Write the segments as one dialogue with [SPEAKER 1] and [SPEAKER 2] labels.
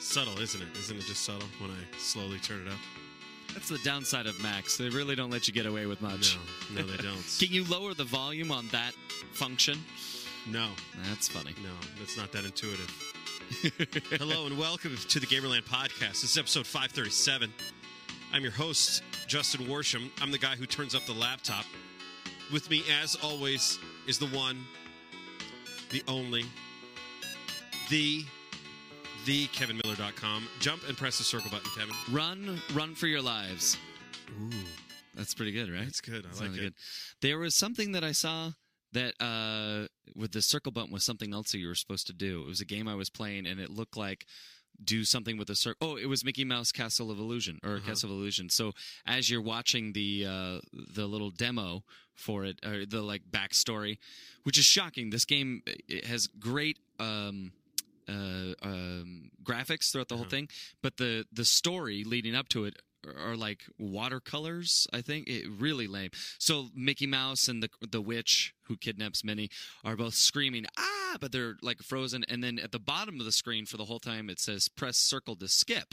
[SPEAKER 1] Subtle, isn't it? Isn't it just subtle when I slowly turn it up?
[SPEAKER 2] That's the downside of Max. They really don't let you get away with much.
[SPEAKER 1] No, no, they don't.
[SPEAKER 2] Can you lower the volume on that function?
[SPEAKER 1] No,
[SPEAKER 2] That's funny.
[SPEAKER 1] no, it's not that intuitive. Hello and welcome to the Gamerland Podcast. This is episode 537. I'm your host, Justin Warsham. I'm the guy who turns up the laptop. With me, as always, is the one, the only, the, the KevinMiller.com. Jump and press the circle button, Kevin.
[SPEAKER 2] Run, run for your lives. That's pretty good, right?
[SPEAKER 1] That's good. I
[SPEAKER 2] That's
[SPEAKER 1] like
[SPEAKER 2] really
[SPEAKER 1] it.
[SPEAKER 2] There was something that I saw that uh with the circle button was something else that you were supposed to do. It was a game I was playing and it looked like do something with a circle. Oh, it was Mickey Mouse Castle of Illusion or
[SPEAKER 1] Uh-huh.
[SPEAKER 2] Castle of Illusion. So as you're watching the uh the little demo for it or the like backstory, which is shocking. This game it has great um uh, um, graphics throughout the whole thing, but the the story leading up to it are like watercolors. I think it really lame. So Mickey Mouse and the the witch who kidnaps Minnie are both screaming ah, but they're like frozen. And then at the bottom of the screen for the whole time it says press circle to skip.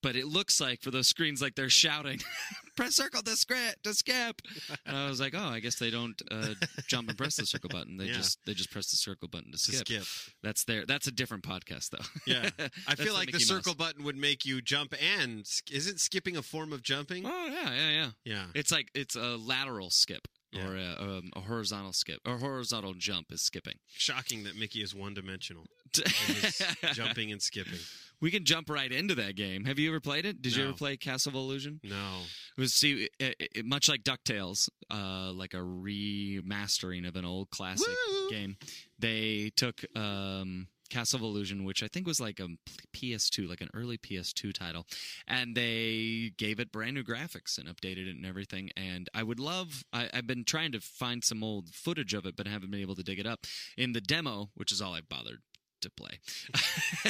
[SPEAKER 2] But it looks like for those screens, like they're shouting, "Press circle to skip, to skip." And I was like, "Oh, I guess they don't uh, jump and press the circle button. They
[SPEAKER 1] Yeah.
[SPEAKER 2] just they just press the circle button to
[SPEAKER 1] To
[SPEAKER 2] skip."
[SPEAKER 1] skip.
[SPEAKER 2] That's there. That's a different podcast, though.
[SPEAKER 1] Yeah, I
[SPEAKER 2] That's
[SPEAKER 1] feel like the
[SPEAKER 2] Mickey Mouse.
[SPEAKER 1] circle button would make you jump and sk- isn't skipping a form of jumping?
[SPEAKER 2] Oh yeah, yeah, yeah.
[SPEAKER 1] Yeah,
[SPEAKER 2] It's like it's a lateral skip
[SPEAKER 1] Yeah.
[SPEAKER 2] or a, um, a horizontal skip or horizontal jump is skipping.
[SPEAKER 1] shocking that Mickey is one dimensional. He's jumping and skipping.
[SPEAKER 2] We can jump right into that game. Have you ever played it? Did you
[SPEAKER 1] No.
[SPEAKER 2] ever play Castle of Illusion?
[SPEAKER 1] No,
[SPEAKER 2] It was see, it, it- much like Ducktales, uh, like a remastering of an old classic game. They took um, Castle of Illusion, which I think was like a PS2, like an early PS2 title, and they gave it brand new graphics and updated it and everything. And I would love, I, I've been trying to find some old footage of it, but I haven't been able to dig it up. In the demo, which is all I've bothered to play,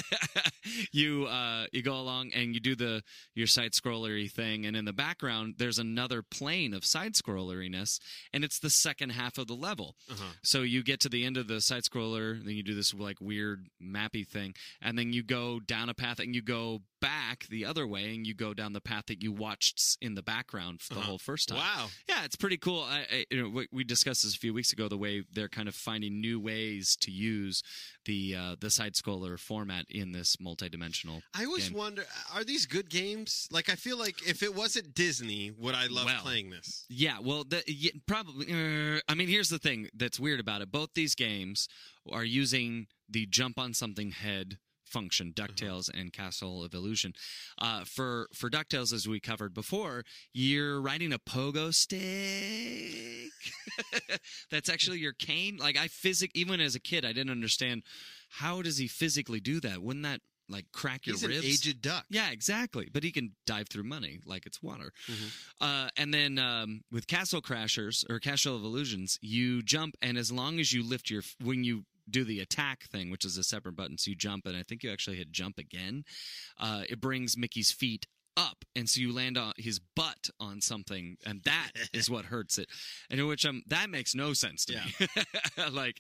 [SPEAKER 2] you uh, you go along and you do the your side scrollery thing, and in the background there's another plane of side scrolleriness, and it's the second half of the level.
[SPEAKER 1] Uh-huh.
[SPEAKER 2] So you get to the end of the side scroller, then you do this like weird mappy thing, and then you go down a path and you go back the other way and you go down the path that you watched s- in the background for the
[SPEAKER 1] Uh-huh.
[SPEAKER 2] whole first time.
[SPEAKER 1] Wow.
[SPEAKER 2] Yeah, it's pretty cool. I, I, you know, we- we discussed this a few weeks ago. The way they're kind of finding new ways to use the uh, the side scroller format in this multidimensional.
[SPEAKER 1] I always
[SPEAKER 2] game.
[SPEAKER 1] wonder: Are these good games? Like, I feel like if it wasn't Disney, would I love
[SPEAKER 2] Well.
[SPEAKER 1] playing this?
[SPEAKER 2] Yeah, well, the, yeah, probably. er, I mean, here's the thing that's weird about it. Both these games are using the jump on something head function,
[SPEAKER 1] Uh-huh.
[SPEAKER 2] Ducktales and Castle of Illusion. Uh, for for Ducktales, as we covered before, you're riding a pogo stick. that's actually your cane. Like I physic, even as a kid, I didn't understand how does he physically do that. Wouldn't that like crack your
[SPEAKER 1] He's an
[SPEAKER 2] ribs?
[SPEAKER 1] aged duck.
[SPEAKER 2] Yeah, exactly. But he can dive through money like it's water.
[SPEAKER 1] Mm-hmm.
[SPEAKER 2] Uh, and then um, with Castle Crashers or Castle of Illusions, you jump, and as long as you lift your when you do the attack thing, which is a separate button, so you jump, and I think you actually hit jump again. Uh, it brings Mickey's feet up, and so you land on his butt on something, and that is what hurts it. And in which um, that makes no sense to me. like,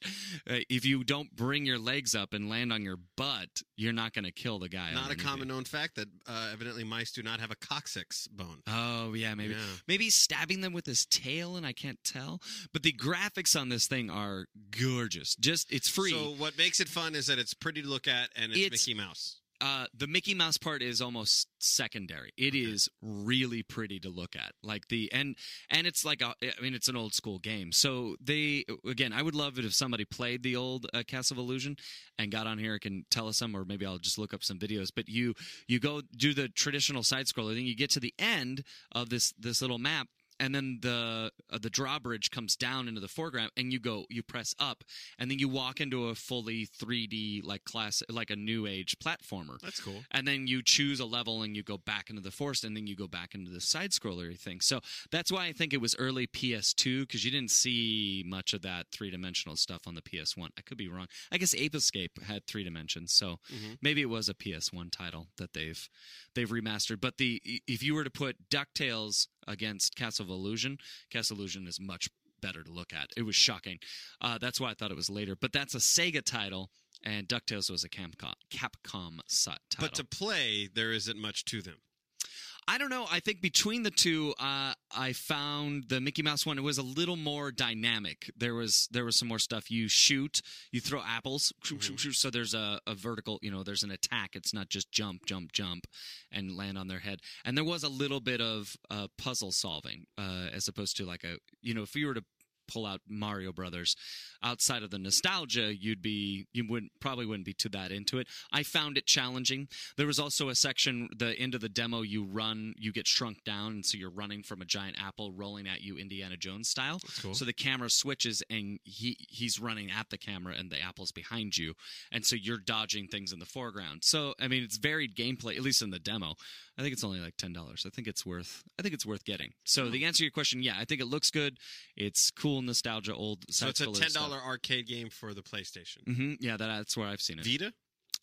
[SPEAKER 2] uh, if you don't bring your legs up and land on your butt, you're not going to kill the guy.
[SPEAKER 1] Not a
[SPEAKER 2] underneath
[SPEAKER 1] common
[SPEAKER 2] you.
[SPEAKER 1] known fact that uh, evidently mice do not have a coccyx bone.
[SPEAKER 2] Oh yeah, maybe
[SPEAKER 1] Yeah.
[SPEAKER 2] maybe he's stabbing them with his tail, and I can't tell. But the graphics on this thing are gorgeous. Just it's free.
[SPEAKER 1] So what makes it fun is that it's pretty to look at and it's,
[SPEAKER 2] It's-
[SPEAKER 1] Mickey Mouse.
[SPEAKER 2] uh, the Mickey Mouse part is almost secondary. It is really pretty to look at. Like the and and it's like a, I mean, it's an old school game. So they again, I would love it if somebody played the old uh, Castle of Illusion and got on here and can tell us some, or maybe I'll just look up some videos. But you you go do the traditional side scroller, then you get to the end of this this little map. And then the uh, the drawbridge comes down into the foreground, and you go, you press up, and then you walk into a fully 3D like class, like a new age platformer.
[SPEAKER 1] That's cool.
[SPEAKER 2] And then you choose a level and you go back into the forest and then you go back into the side scroller thing. So that's why I think it was early PS2 because you didn't see much of that three dimensional stuff on the PS1. I could be wrong. I guess Ape Escape had three dimensions, so maybe it was a PS1 title that they've they've remastered. But the if you were to put DuckTales against Castle of Illusion, Castle of Illusion is much better to look at. It was shocking. Uh, that's why I thought it was later. But that's a Sega title. And DuckTales was a Capcom, Capcom si- title.
[SPEAKER 1] But to play, there isn't much to them.
[SPEAKER 2] I don't know. I think between the two, uh, I found the Mickey Mouse one. It was a little more dynamic. There was there was some more stuff. You shoot, you throw apples. shoo, shoo, shoo. So there's a, a vertical. You know, there's an attack. It's not just jump, jump, jump, and land on their head. And there was a little bit of uh, puzzle solving, uh, as opposed to like a you know, if you were to pull out Mario Brothers outside of the nostalgia, you'd be you wouldn't probably wouldn't be too that into it. I found it challenging. There was also a section the end of the demo you run, you get shrunk down, and so you're running from a giant apple rolling at you Indiana Jones style. So the camera switches and he he's running at the camera and the apple's behind you. And so you're dodging things in the foreground. So I mean it's varied gameplay, at least in the demo. I think it's only like ten dollars. I think it's worth. I think it's worth getting. So the answer to your question, yeah, I think it looks good. It's cool nostalgia, old.
[SPEAKER 1] So it's a ten dollar arcade game for the PlayStation
[SPEAKER 2] Mm-hmm. Yeah, that, that's where I've seen it.
[SPEAKER 1] Vita.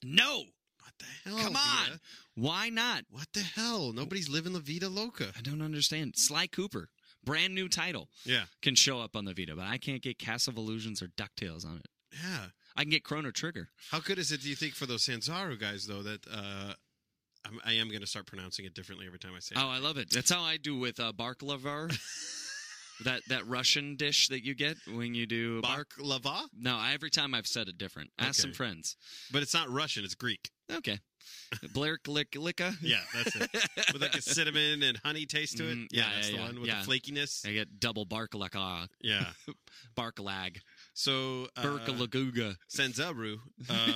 [SPEAKER 2] no,
[SPEAKER 1] What the hell?
[SPEAKER 2] come on,
[SPEAKER 1] Vita?
[SPEAKER 2] why not?
[SPEAKER 1] What the hell? Nobody's living the Vita Loca.
[SPEAKER 2] I don't understand. Sly Cooper, brand new title,
[SPEAKER 1] Yeah,
[SPEAKER 2] can show up on the Vita, but I can't get Castle of Illusions or Ducktales on it.
[SPEAKER 1] yeah.
[SPEAKER 2] I can get Chrono Trigger.
[SPEAKER 1] How good is it? Do you think for those Sanzaru guys though that uh, I'm, I am going to start pronouncing it differently every time I say it.
[SPEAKER 2] Oh, I love it. That's how I do with uh, Barklavar. that that Russian dish that you get when you do
[SPEAKER 1] Baklava,
[SPEAKER 2] No, every time I've said it different. Ask some
[SPEAKER 1] Okay.
[SPEAKER 2] friends.
[SPEAKER 1] but it's not Russian; it's Greek.
[SPEAKER 2] Okay. Blair Lick Licka.
[SPEAKER 1] Yeah, that's it. With like a cinnamon and honey taste to it.
[SPEAKER 2] Mm,
[SPEAKER 1] yeah,
[SPEAKER 2] yeah,
[SPEAKER 1] that's
[SPEAKER 2] yeah,
[SPEAKER 1] the
[SPEAKER 2] yeah,
[SPEAKER 1] one with
[SPEAKER 2] yeah.
[SPEAKER 1] the flakiness.
[SPEAKER 2] I get double bark like ah
[SPEAKER 1] Yeah.
[SPEAKER 2] bark lag.
[SPEAKER 1] So uh,
[SPEAKER 2] Burka laguga.
[SPEAKER 1] Sanzaru,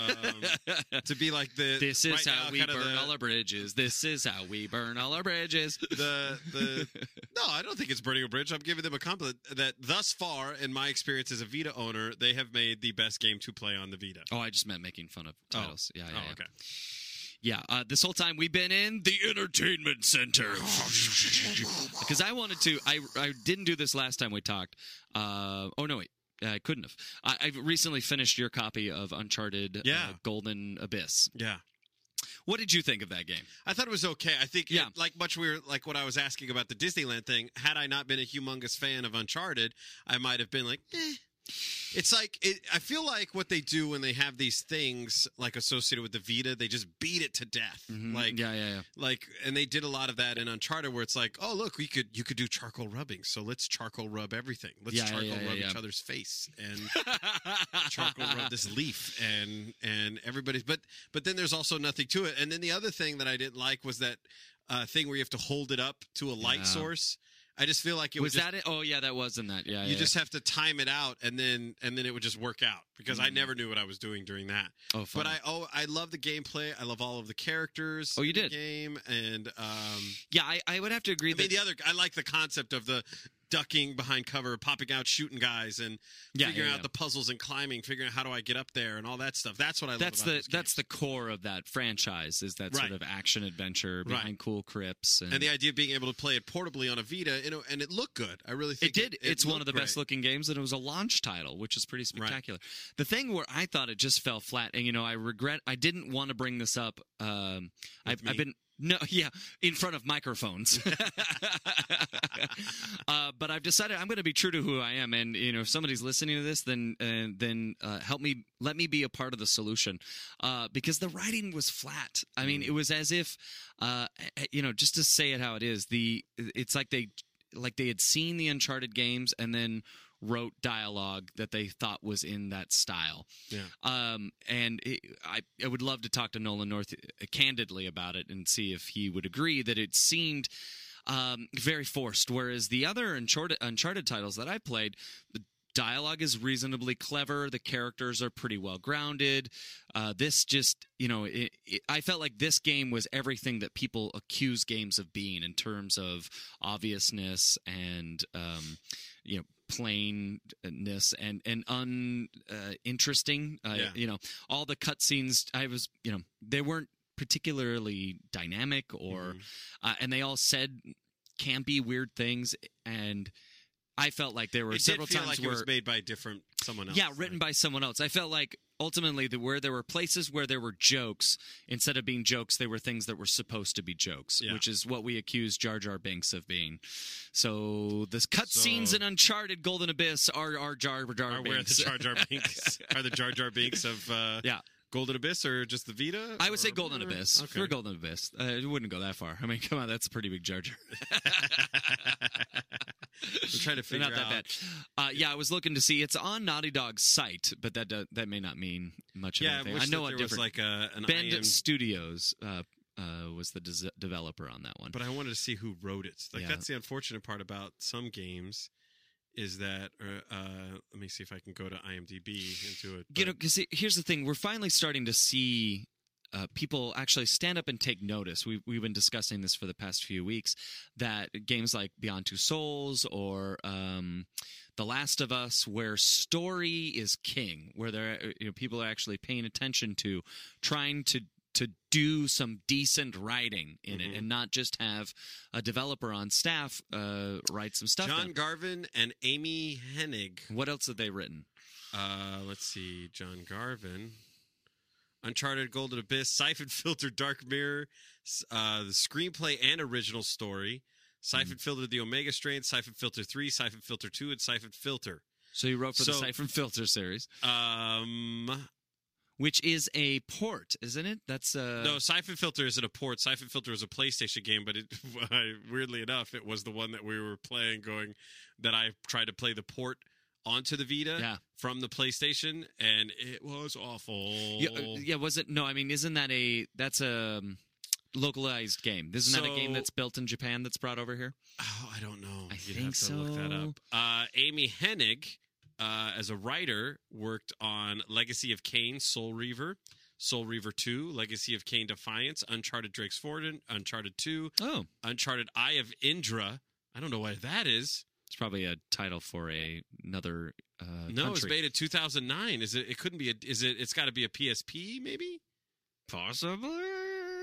[SPEAKER 1] um, to be like the
[SPEAKER 2] This is
[SPEAKER 1] right
[SPEAKER 2] how
[SPEAKER 1] now,
[SPEAKER 2] we
[SPEAKER 1] kinda
[SPEAKER 2] burn
[SPEAKER 1] the,
[SPEAKER 2] all our bridges. This is how we burn all our bridges.
[SPEAKER 1] the the no, I don't think it's burning a bridge. I'm giving them a compliment that thus far, in my experience as a Vita owner, they have made the best game to play on the Vita.
[SPEAKER 2] Oh, I just meant making fun of titles. Yeah, yeah,
[SPEAKER 1] Oh,
[SPEAKER 2] yeah.
[SPEAKER 1] okay.
[SPEAKER 2] Yeah, uh, this whole time we've been in the entertainment center because I wanted to. I I didn't do this last time we talked. Uh, oh no, wait. I couldn't have. I, I've recently finished your copy of Uncharted uh,
[SPEAKER 1] Yeah.
[SPEAKER 2] Golden Abyss.
[SPEAKER 1] Yeah.
[SPEAKER 2] What did you think of that game?
[SPEAKER 1] I thought it was okay. I think,
[SPEAKER 2] Yeah.
[SPEAKER 1] it- like much we were like what I was asking about the Disneyland thing. Had I not been a humongous fan of Uncharted, I might have been like, eh. It's like it, I feel like what they do when they have these things like associated with the Vita, they just beat it to death. Like,
[SPEAKER 2] Mm-hmm. yeah, yeah, yeah.
[SPEAKER 1] like, and they did a lot of that in Uncharted, where it's like, oh look, we could you could do charcoal rubbing, so let's charcoal rub everything. Let's
[SPEAKER 2] Yeah, yeah,
[SPEAKER 1] charcoal
[SPEAKER 2] yeah,
[SPEAKER 1] rub
[SPEAKER 2] yeah.
[SPEAKER 1] each other's face and charcoal rub this leaf and and everybody's but but then there's also nothing to it and then the other thing that i didn't like was that uh thing where you have to hold it up to a light
[SPEAKER 2] Yeah.
[SPEAKER 1] source i just feel like it
[SPEAKER 2] was
[SPEAKER 1] would just-
[SPEAKER 2] that it? Oh yeah, that was in that. Yeah,
[SPEAKER 1] you
[SPEAKER 2] yeah,
[SPEAKER 1] just have to time it out and then and then it would just work out because i never knew what i was doing during that
[SPEAKER 2] yeah. Mm. Oh,
[SPEAKER 1] but
[SPEAKER 2] funny.
[SPEAKER 1] i oh i love the gameplay i love all of the characters
[SPEAKER 2] Oh, you
[SPEAKER 1] in the
[SPEAKER 2] did?
[SPEAKER 1] game and um
[SPEAKER 2] yeah, I, I would have to agree
[SPEAKER 1] I mean,
[SPEAKER 2] that
[SPEAKER 1] the other I like the concept of the ducking behind cover, popping out, shooting guys, and
[SPEAKER 2] Yeah,
[SPEAKER 1] figuring
[SPEAKER 2] yeah, yeah.
[SPEAKER 1] out the puzzles and climbing, figuring out how do I get up there and all that stuff. That's what I
[SPEAKER 2] that's
[SPEAKER 1] love.
[SPEAKER 2] the
[SPEAKER 1] about those games.
[SPEAKER 2] that's the core of that franchise is that
[SPEAKER 1] Right.
[SPEAKER 2] sort of action adventure
[SPEAKER 1] Right.
[SPEAKER 2] behind cool crypts and,
[SPEAKER 1] and the idea of being able to play it portably on a Vita, you know, and it looked good. I really think
[SPEAKER 2] it did.
[SPEAKER 1] It,
[SPEAKER 2] it's one of the
[SPEAKER 1] looked
[SPEAKER 2] best
[SPEAKER 1] great.
[SPEAKER 2] looking games, and it was a launch title, which is pretty spectacular. The thing where I thought it just fell flat, and you know, I regret I didn't want to bring this up. Um, I've,
[SPEAKER 1] me.
[SPEAKER 2] I've been No, yeah, in front of microphones. uh, but I've decided I'm going to be true to who I am, and you know, if somebody's listening to this, then uh, then uh, help me, let me be a part of the solution, uh, because the writing was flat. I
[SPEAKER 1] Mm.
[SPEAKER 2] mean, it was as if, uh, you know, just to say it how it is, the it's like they like they had seen the Uncharted games and then wrote dialogue that they thought was in that style.
[SPEAKER 1] Yeah.
[SPEAKER 2] Um, and it, I, I would love to talk to Nolan North uh, candidly about it and see if he would agree that it seemed um, very forced. Whereas the other Uncharted, Uncharted titles that I played, the dialogue is reasonably clever. The characters are pretty well grounded. Uh, this just, you know, it, it, I felt like this game was everything that people accuse games of being in terms of obviousness and, um, you know, plainness and and un uh, interesting. Uh,
[SPEAKER 1] Yeah.
[SPEAKER 2] You know, all the cutscenes. I was, you know, they weren't particularly dynamic or,
[SPEAKER 1] Mm-hmm.
[SPEAKER 2] uh, and they all said campy, weird things, and I felt like there were
[SPEAKER 1] It
[SPEAKER 2] several
[SPEAKER 1] did feel
[SPEAKER 2] times
[SPEAKER 1] like
[SPEAKER 2] where
[SPEAKER 1] it was made by different someone else.
[SPEAKER 2] yeah, written by someone else. I felt like ultimately the, where there were places where there were jokes instead of being jokes, they were things that were supposed to be jokes,
[SPEAKER 1] Yeah.
[SPEAKER 2] which is what we accuse Jar Jar Binks of being. So the cutscenes
[SPEAKER 1] So-
[SPEAKER 2] in Uncharted Golden Abyss are are Jar Jar
[SPEAKER 1] Are where the
[SPEAKER 2] Binks.
[SPEAKER 1] Jar Jar Binks are the Jar Jar Binks of uh,
[SPEAKER 2] yeah.
[SPEAKER 1] Golden Abyss or just the Vita?
[SPEAKER 2] I would say
[SPEAKER 1] or-
[SPEAKER 2] Golden Abyss.
[SPEAKER 1] Okay.
[SPEAKER 2] We're Golden Abyss. Uh, it wouldn't go that far. I mean, come on, that's a pretty big Jar Jar.
[SPEAKER 1] I'm trying to
[SPEAKER 2] They're
[SPEAKER 1] figure
[SPEAKER 2] not that
[SPEAKER 1] out.
[SPEAKER 2] bad. Uh, yeah, I was looking to see. It's on Naughty Dog's site, but that do- that may not mean much of
[SPEAKER 1] Yeah, I,
[SPEAKER 2] anything.
[SPEAKER 1] wish
[SPEAKER 2] I know
[SPEAKER 1] that
[SPEAKER 2] a
[SPEAKER 1] there
[SPEAKER 2] different
[SPEAKER 1] was like a, an
[SPEAKER 2] Bend
[SPEAKER 1] IM
[SPEAKER 2] Studios uh, uh, was the des- developer on that one.
[SPEAKER 1] but I wanted to see who wrote it. Like
[SPEAKER 2] Yeah.
[SPEAKER 1] that's the unfortunate part about some games is that uh, uh let me see if I can go to IMDb and do it.
[SPEAKER 2] you know,
[SPEAKER 1] but-
[SPEAKER 2] because here's the thing: we're finally starting to see uh, people actually stand up and take notice. We've we've been discussing this for the past few weeks that games like Beyond Two Souls or um, The Last of Us, where story is king, where there you know, people are actually paying attention to trying to to do some decent writing in
[SPEAKER 1] Mm-hmm.
[SPEAKER 2] it and not just have a developer on staff uh, write some stuff.
[SPEAKER 1] John
[SPEAKER 2] down.
[SPEAKER 1] Garvin and Amy Hennig.
[SPEAKER 2] what else have they written?
[SPEAKER 1] Uh let's see, John Garvin. Uncharted Golden Abyss, Siphon Filter Dark Mirror, s- uh, the screenplay and original story, Siphon
[SPEAKER 2] Mm.
[SPEAKER 1] Filter The Omega Strain, Siphon Filter 3, Siphon Filter 2, and Siphon Filter.
[SPEAKER 2] So he wrote for the
[SPEAKER 1] So-
[SPEAKER 2] Siphon Filter series,
[SPEAKER 1] Um,
[SPEAKER 2] which is a port, isn't it? That's uh,
[SPEAKER 1] No, Siphon Filter isn't a port. Siphon Filter is a PlayStation game, but it, weirdly enough, it was the one that we were playing. Going that I tried to play the port onto the Vita
[SPEAKER 2] Yeah.
[SPEAKER 1] from the PlayStation, and it was awful.
[SPEAKER 2] yeah, uh, yeah, was it? No, I mean, isn't that a that's a um, localized game? Isn't that a game
[SPEAKER 1] So-
[SPEAKER 2] that's built in Japan that's brought over here?
[SPEAKER 1] Oh, I don't know.
[SPEAKER 2] I
[SPEAKER 1] You'd have
[SPEAKER 2] think
[SPEAKER 1] to look that
[SPEAKER 2] so.
[SPEAKER 1] up. Uh, Amy Hennig, uh, as a writer, worked on Legacy of Kane, Soul Reaver, Soul Reaver 2, Legacy of Kane Defiance, Uncharted Drake's Fortin, Uncharted 2,
[SPEAKER 2] Oh,
[SPEAKER 1] Uncharted Eye of Indra. I don't know why that is.
[SPEAKER 2] it's probably a title for a another uh,
[SPEAKER 1] No, it's
[SPEAKER 2] country.
[SPEAKER 1] made in 2009. Is it? It couldn't be. A, is it? It's got to be a PSP, maybe,
[SPEAKER 2] possibly.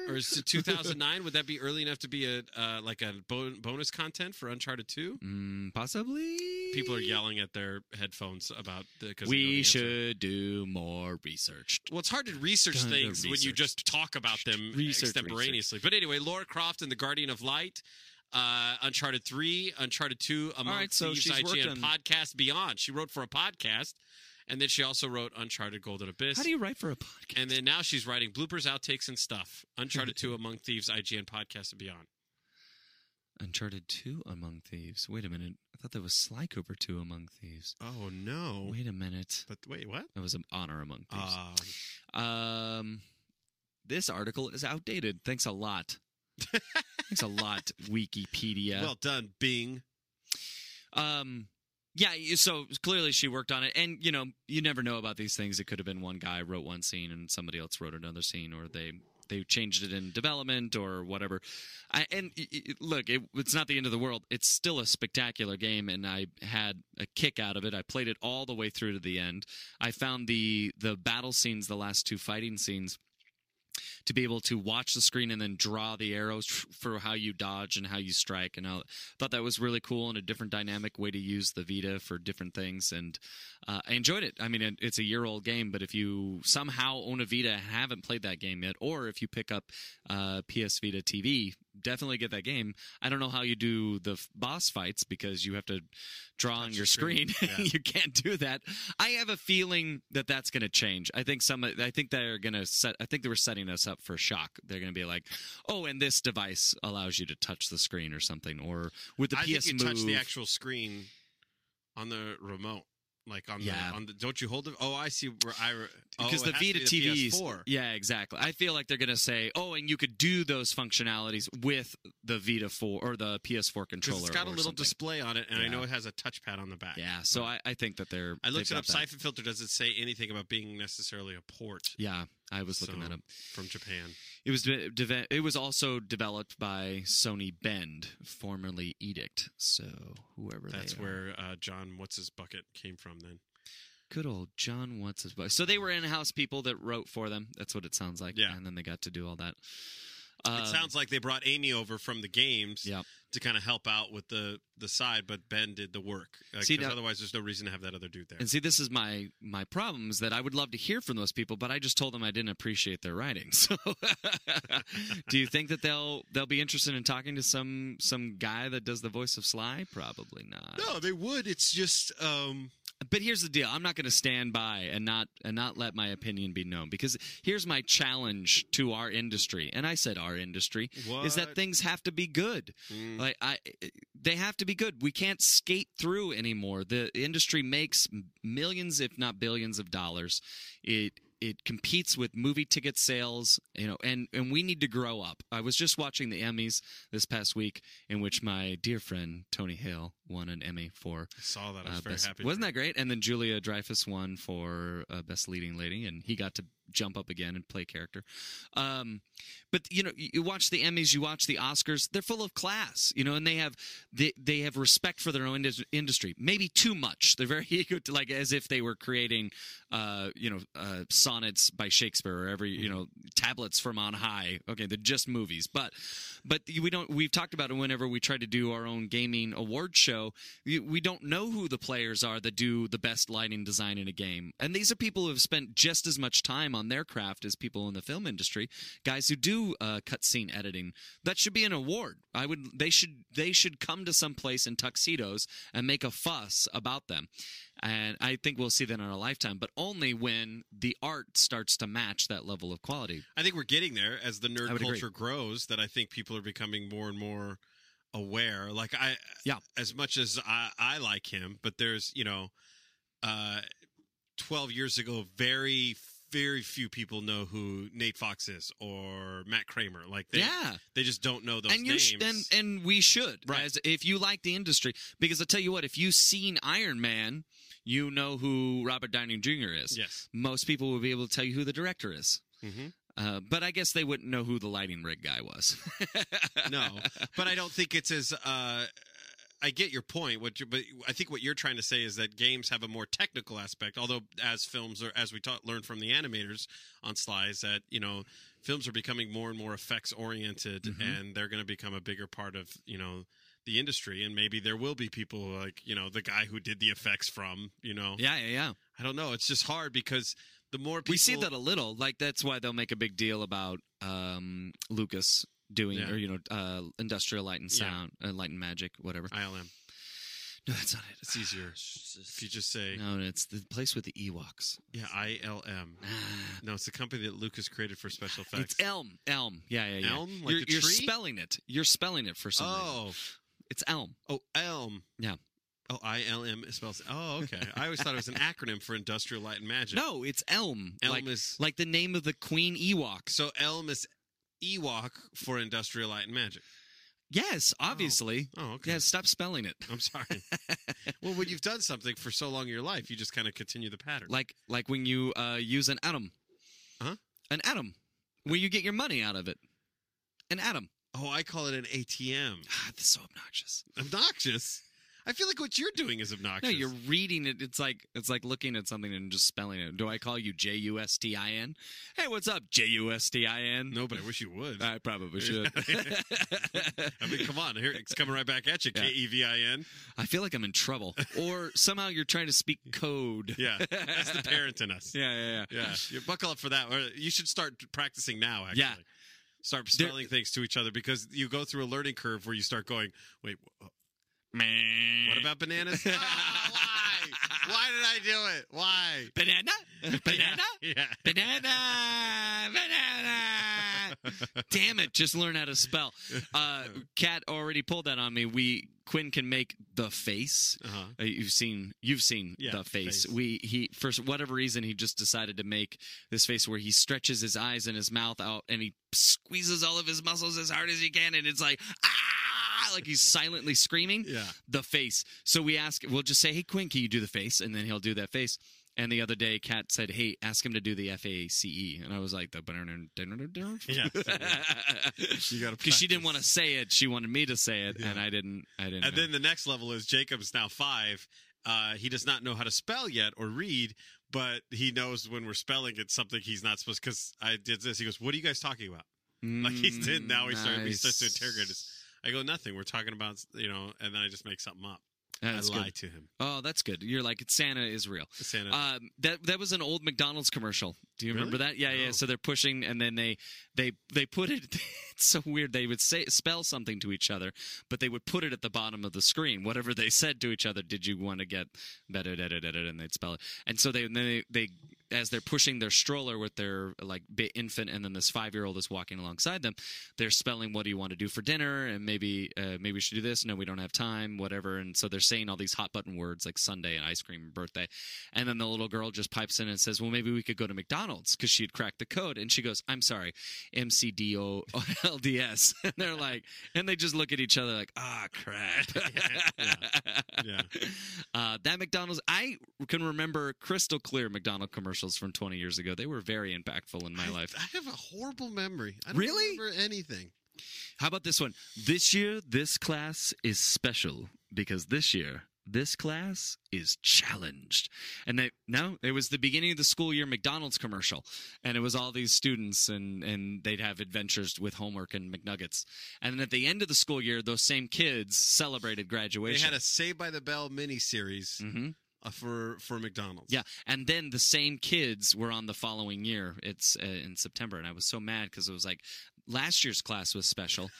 [SPEAKER 1] or is it 2009? Would that be early enough to be a uh, like a bon- bonus content for Uncharted Two?
[SPEAKER 2] Mm, possibly.
[SPEAKER 1] People are yelling at their headphones about the. 'cause they know the
[SPEAKER 2] We
[SPEAKER 1] answer.
[SPEAKER 2] should do more research.
[SPEAKER 1] Well, it's hard to research
[SPEAKER 2] Gotta
[SPEAKER 1] things when you
[SPEAKER 2] research.
[SPEAKER 1] just talk about them
[SPEAKER 2] Research,
[SPEAKER 1] extemporaneously. But anyway, Laura Croft and the Guardian of Light, uh, Uncharted Three, Uncharted Two, Among
[SPEAKER 2] right, so
[SPEAKER 1] Thieves,
[SPEAKER 2] she's worked
[SPEAKER 1] IGN
[SPEAKER 2] on-
[SPEAKER 1] podcast, Beyond. She wrote for a podcast, and then she also wrote Uncharted Golden Abyss.
[SPEAKER 2] How do you write for a podcast?
[SPEAKER 1] And then now she's writing bloopers, outtakes, and stuff. Uncharted 2, Among Thieves, IGN podcast, and beyond.
[SPEAKER 2] Uncharted 2 Among Thieves. Wait a minute. I thought that was Sly Cooper 2 Among Thieves.
[SPEAKER 1] Oh, no.
[SPEAKER 2] Wait a minute.
[SPEAKER 1] But wait, what?
[SPEAKER 2] That was an honor among thieves.
[SPEAKER 1] Um,
[SPEAKER 2] um, this article is outdated. Thanks a lot. Thanks a lot, Wikipedia.
[SPEAKER 1] Well done, Bing.
[SPEAKER 2] Um, yeah, y- so clearly she worked on it, and you know, you never know about these things. It could have been one guy wrote one scene and somebody else wrote another scene, or they they changed it in development or whatever. I, and y- y- look, it, it's not the end of the world. It's still a spectacular game, and I had a kick out of it. I played it all the way through to the end. I found the the battle scenes, the last two fighting scenes, to be able to watch the screen and then draw the arrows f- for how you dodge and how you strike. And I thought that was really cool and a different dynamic way to use the Vita for different things. And uh, I enjoyed it. I mean, it- it's a year old game, but if you somehow own a Vita and haven't played that game yet, or if you pick up uh, PS Vita TV, definitely get that game. I don't know how you do the f- boss fights because you have to draw on
[SPEAKER 1] Touch
[SPEAKER 2] your
[SPEAKER 1] the screen,
[SPEAKER 2] screen.
[SPEAKER 1] yeah.
[SPEAKER 2] you can't do that. I have a feeling that that's going to change. I think some. I think they're going to set. I think they were setting us up for shock. They're going to be like, oh, and this device allows you to touch the screen or something, or with the
[SPEAKER 1] I
[SPEAKER 2] PS
[SPEAKER 1] think you
[SPEAKER 2] Move.
[SPEAKER 1] touch the actual screen on the remote, like on
[SPEAKER 2] Yeah.
[SPEAKER 1] the on the. Don't you hold it? Oh, I see where I. re- oh,
[SPEAKER 2] because
[SPEAKER 1] it
[SPEAKER 2] the
[SPEAKER 1] has to
[SPEAKER 2] Vita
[SPEAKER 1] be the
[SPEAKER 2] TVs,
[SPEAKER 1] PS4.
[SPEAKER 2] yeah, exactly. I feel like they're going to say, "Oh, and you could do those functionalities with the Vita 4 or the PS4
[SPEAKER 1] because
[SPEAKER 2] controller."
[SPEAKER 1] it's got a
[SPEAKER 2] or
[SPEAKER 1] little
[SPEAKER 2] something.
[SPEAKER 1] display on it, and I
[SPEAKER 2] Yeah.
[SPEAKER 1] know it has a touchpad on the back.
[SPEAKER 2] Yeah, so I, I think that they're.
[SPEAKER 1] I looked
[SPEAKER 2] they've
[SPEAKER 1] it up.
[SPEAKER 2] got that.
[SPEAKER 1] Siphon filter doesn't say anything about being necessarily a port.
[SPEAKER 2] Yeah, I was looking
[SPEAKER 1] So,
[SPEAKER 2] that up.
[SPEAKER 1] from Japan.
[SPEAKER 2] It was de- deve- it was also developed by Sony Bend, formerly Edict. So whoever they
[SPEAKER 1] That's
[SPEAKER 2] are.
[SPEAKER 1] where uh, John what's his bucket came from. Then
[SPEAKER 2] good old John what's his butt. So they were in-house people that wrote for them. That's what it sounds like.
[SPEAKER 1] Yeah.
[SPEAKER 2] and then they got to do all that. Um,
[SPEAKER 1] it sounds like they brought Amy over from the games
[SPEAKER 2] yeah.
[SPEAKER 1] to kind of help out with the the side, but Ben did the work. Uh,
[SPEAKER 2] See,
[SPEAKER 1] 'cause
[SPEAKER 2] now-
[SPEAKER 1] otherwise, there's no reason to have that other dude there.
[SPEAKER 2] And see, this is my my problem is that I would love to hear from those people, but I just told them I didn't appreciate their writing. So, do you think that they'll they'll be interested in talking to some some guy that does the voice of Sly? Probably not.
[SPEAKER 1] no, they would. It's just um,
[SPEAKER 2] But here's the deal: I'm not going to stand by and not and not let my opinion be known because here's my challenge to our industry, and I said our industry is that
[SPEAKER 1] What? Mm.
[SPEAKER 2] things have to be good. Like I, they have to be good. We can't skate through anymore. The industry makes millions, if not billions, of dollars. It it competes with movie ticket sales, you know, and and we need to grow up. I was just watching the Emmys this past week, in which my dear friend Tony Hale won an Emmy for
[SPEAKER 1] saw that. I was
[SPEAKER 2] uh,
[SPEAKER 1] very
[SPEAKER 2] best-
[SPEAKER 1] happy.
[SPEAKER 2] Wasn't
[SPEAKER 1] for
[SPEAKER 2] that great? And then Julia Dreyfus won for uh, best leading lady, and he got to jump up again and play character. Um, but you know, you you watch the Emmys, you watch the Oscars; they're full of class, you know, and they have they, they have respect for their own indus- industry. Maybe too much. They're very ego, like as if they were creating, uh, you know, uh, sonnets by Shakespeare or every
[SPEAKER 1] Mm-hmm.
[SPEAKER 2] you know tablets from on high. Okay, they're just movies, but but we don't. We've talked about it whenever we try to do our own gaming award show. We we don't know who the players are that do the best lighting design in a game, and these are people who have spent just as much time on their craft as people in the film industry. Guys who do uh, cutscene editing, that should be an award. I would. They should. They should come to some place in tuxedos and make a fuss about them. And I think we'll see that in our lifetime, but only when the art starts to match that level of quality.
[SPEAKER 1] I think we're getting there as the nerd
[SPEAKER 2] I would agree.
[SPEAKER 1] culture grows. That I think people are becoming more and more aware. Like I,
[SPEAKER 2] Yeah.
[SPEAKER 1] as much as I, I like him, but there's you know, uh, twelve years ago, very very few people know who Nate Fox is or Matt Kramer. Like they,
[SPEAKER 2] yeah.
[SPEAKER 1] they just don't know those
[SPEAKER 2] and you
[SPEAKER 1] names.
[SPEAKER 2] sh- and and we should
[SPEAKER 1] Right.
[SPEAKER 2] as if you like the industry because I tell you what if you've seen Iron Man you know who Robert Downey Jr. is
[SPEAKER 1] yes,
[SPEAKER 2] most people will be able to tell you who the director is
[SPEAKER 1] Mhm.
[SPEAKER 2] uh, but I guess they wouldn't know who the lighting rig guy was
[SPEAKER 1] no, but I don't think it's as. Uh, I get your point. What, you, but I think what you're trying to say is that games have a more technical aspect. Although, as films are, as we taught, learned from the animators on Sly, is that you know films are becoming more and more effects oriented,
[SPEAKER 2] Mm-hmm.
[SPEAKER 1] and they're going to become a bigger part of you know the industry. And maybe there will be people like you know the guy who did the effects from you know.
[SPEAKER 2] yeah yeah yeah
[SPEAKER 1] I don't know. It's just hard because the more people
[SPEAKER 2] we see that a little like that's why they'll make a big deal about um, Lucas doing
[SPEAKER 1] Yeah.
[SPEAKER 2] or you know uh, industrial light and
[SPEAKER 1] Yeah.
[SPEAKER 2] sound uh, light and magic whatever
[SPEAKER 1] ILM.
[SPEAKER 2] no that's not it
[SPEAKER 1] It's easier if you just say
[SPEAKER 2] no it's the place with the Ewoks
[SPEAKER 1] yeah ILM. No, it's the company that Lucas created for special effects.
[SPEAKER 2] It's Elm. Elm. Yeah, yeah, yeah.
[SPEAKER 1] Elm? Like
[SPEAKER 2] you're
[SPEAKER 1] the
[SPEAKER 2] you're
[SPEAKER 1] tree?
[SPEAKER 2] spelling it. You're spelling it for some reason.
[SPEAKER 1] Oh,
[SPEAKER 2] It's Elm.
[SPEAKER 1] oh, Elm.
[SPEAKER 2] Yeah.
[SPEAKER 1] Oh, I L M spells. Oh, okay. I always thought it was an acronym for Industrial Light and Magic.
[SPEAKER 2] No, it's Elm.
[SPEAKER 1] Elm
[SPEAKER 2] like,
[SPEAKER 1] is-
[SPEAKER 2] like the name of the Queen Ewok.
[SPEAKER 1] So Elm is Ewok for Industrial Light and Magic.
[SPEAKER 2] Yes, obviously.
[SPEAKER 1] Oh, okay.
[SPEAKER 2] Yeah, stop spelling it.
[SPEAKER 1] I'm sorry. well, when you've done something for so long in your life, you just kind of continue the pattern.
[SPEAKER 2] Like like when you uh, use an atom.
[SPEAKER 1] Huh?
[SPEAKER 2] An atom. Where you get your money out of it. An atom.
[SPEAKER 1] oh, I call it an ATM.
[SPEAKER 2] Ah, this is so obnoxious.
[SPEAKER 1] Obnoxious. I feel like what you're doing is
[SPEAKER 2] No,
[SPEAKER 1] obnoxious.
[SPEAKER 2] you're reading it. It's like it's like looking at something and just spelling it. Do I call you J U S T I N? Hey, what's up, J U S T I N?
[SPEAKER 1] No, but I wish you would.
[SPEAKER 2] I probably should.
[SPEAKER 1] I mean, come on. Here, it's coming right back at you.
[SPEAKER 2] Yeah.
[SPEAKER 1] K E V I N.
[SPEAKER 2] I feel like I'm in trouble, or somehow you're trying to speak code.
[SPEAKER 1] Yeah, that's the parent in us.
[SPEAKER 2] yeah, yeah, yeah.
[SPEAKER 1] yeah. You buckle up for that. Or you should start practicing now. Actually,
[SPEAKER 2] Yeah.
[SPEAKER 1] Start spelling things to each other because you go through a learning curve where you start going, wait, wh-
[SPEAKER 2] Mm.
[SPEAKER 1] what about bananas? Ah, why? Why did I do it? Why?
[SPEAKER 2] banana, banana,
[SPEAKER 1] Yeah.
[SPEAKER 2] banana, banana. Damn it! Just learn how to spell. Uh, Kat already pulled that on me. We Quinn can make the face.
[SPEAKER 1] Uh-huh.
[SPEAKER 2] Uh, you've seen you've seen
[SPEAKER 1] Yeah,
[SPEAKER 2] the face.
[SPEAKER 1] face.
[SPEAKER 2] We he for whatever reason he just decided to make this face where he stretches his eyes and his mouth out and he squeezes all of his muscles as hard as he can and it's like ah like he's silently screaming.
[SPEAKER 1] Yeah.
[SPEAKER 2] The face. So we ask we'll just say, Hey Quinn, can you do the face? And then he'll do that face. And the other day Kat said, Hey, ask him to do the F A C E and I was like the
[SPEAKER 1] Yeah. You gotta
[SPEAKER 2] because she didn't
[SPEAKER 1] practice.
[SPEAKER 2] want to say it, she wanted me to say it, and I didn't. I didn't.
[SPEAKER 1] And
[SPEAKER 2] know.
[SPEAKER 1] then the next level is Jacob's now five. Uh, he does not know how to spell yet or read, but he knows when we're spelling it's something he's not supposed. Because I did this, he goes, "What are you guys talking about?" Like he did. Now he started. He starts to
[SPEAKER 2] nice.
[SPEAKER 1] interrogate us. I go, "Nothing. We're talking about you know." And then I just make something up.
[SPEAKER 2] That's
[SPEAKER 1] I
[SPEAKER 2] good.
[SPEAKER 1] lie to him.
[SPEAKER 2] Oh, that's good. You're like Santa is real.
[SPEAKER 1] Santa.
[SPEAKER 2] Um, that that was an old McDonald's commercial. Do you remember
[SPEAKER 1] Really?
[SPEAKER 2] that? Yeah, yeah.
[SPEAKER 1] No.
[SPEAKER 2] So they're pushing, and then they they they put it. It's so weird. They would say spell something to each other, but they would put it at the bottom of the screen. Whatever they said to each other. Did you want to get better? Da, da, da, da, da, and they'd spell it. And so they and then they. they as they're pushing their stroller with their like bit infant, and then this five year old is walking alongside them, they're spelling what do you want to do for dinner, and maybe uh, maybe we should do this. No, we don't have time, whatever. And so they're saying all these hot button words like Sunday and ice cream and birthday, and then the little girl just pipes in and says, "Well, maybe we could go to McDonald's because she had cracked the code." And she goes, "I'm sorry, M C D O L D S." And they're like, and they just look at each other like, "Ah, crap."
[SPEAKER 1] yeah.
[SPEAKER 2] Uh, that McDonald's, I can remember crystal clear McDonald commercials from 20 years ago. They were very impactful in my life.
[SPEAKER 1] I have a horrible memory. I don't
[SPEAKER 2] Really?
[SPEAKER 1] remember anything.
[SPEAKER 2] How about this one? This year, this class is special because this year, this class is challenged. And they, no, it was the beginning of the school year McDonald's commercial. And it was all these students, and, and they'd have adventures with homework and McNuggets. And then at the end of the school year, those same kids celebrated
[SPEAKER 1] They
[SPEAKER 2] graduation.
[SPEAKER 1] had a Say by the Bell miniseries
[SPEAKER 2] Mhm.
[SPEAKER 1] uh, for for McDonald's.
[SPEAKER 2] Yeah, and then the same kids were on the following year. It's uh, in September, and I was so mad because it was like last year's class was special,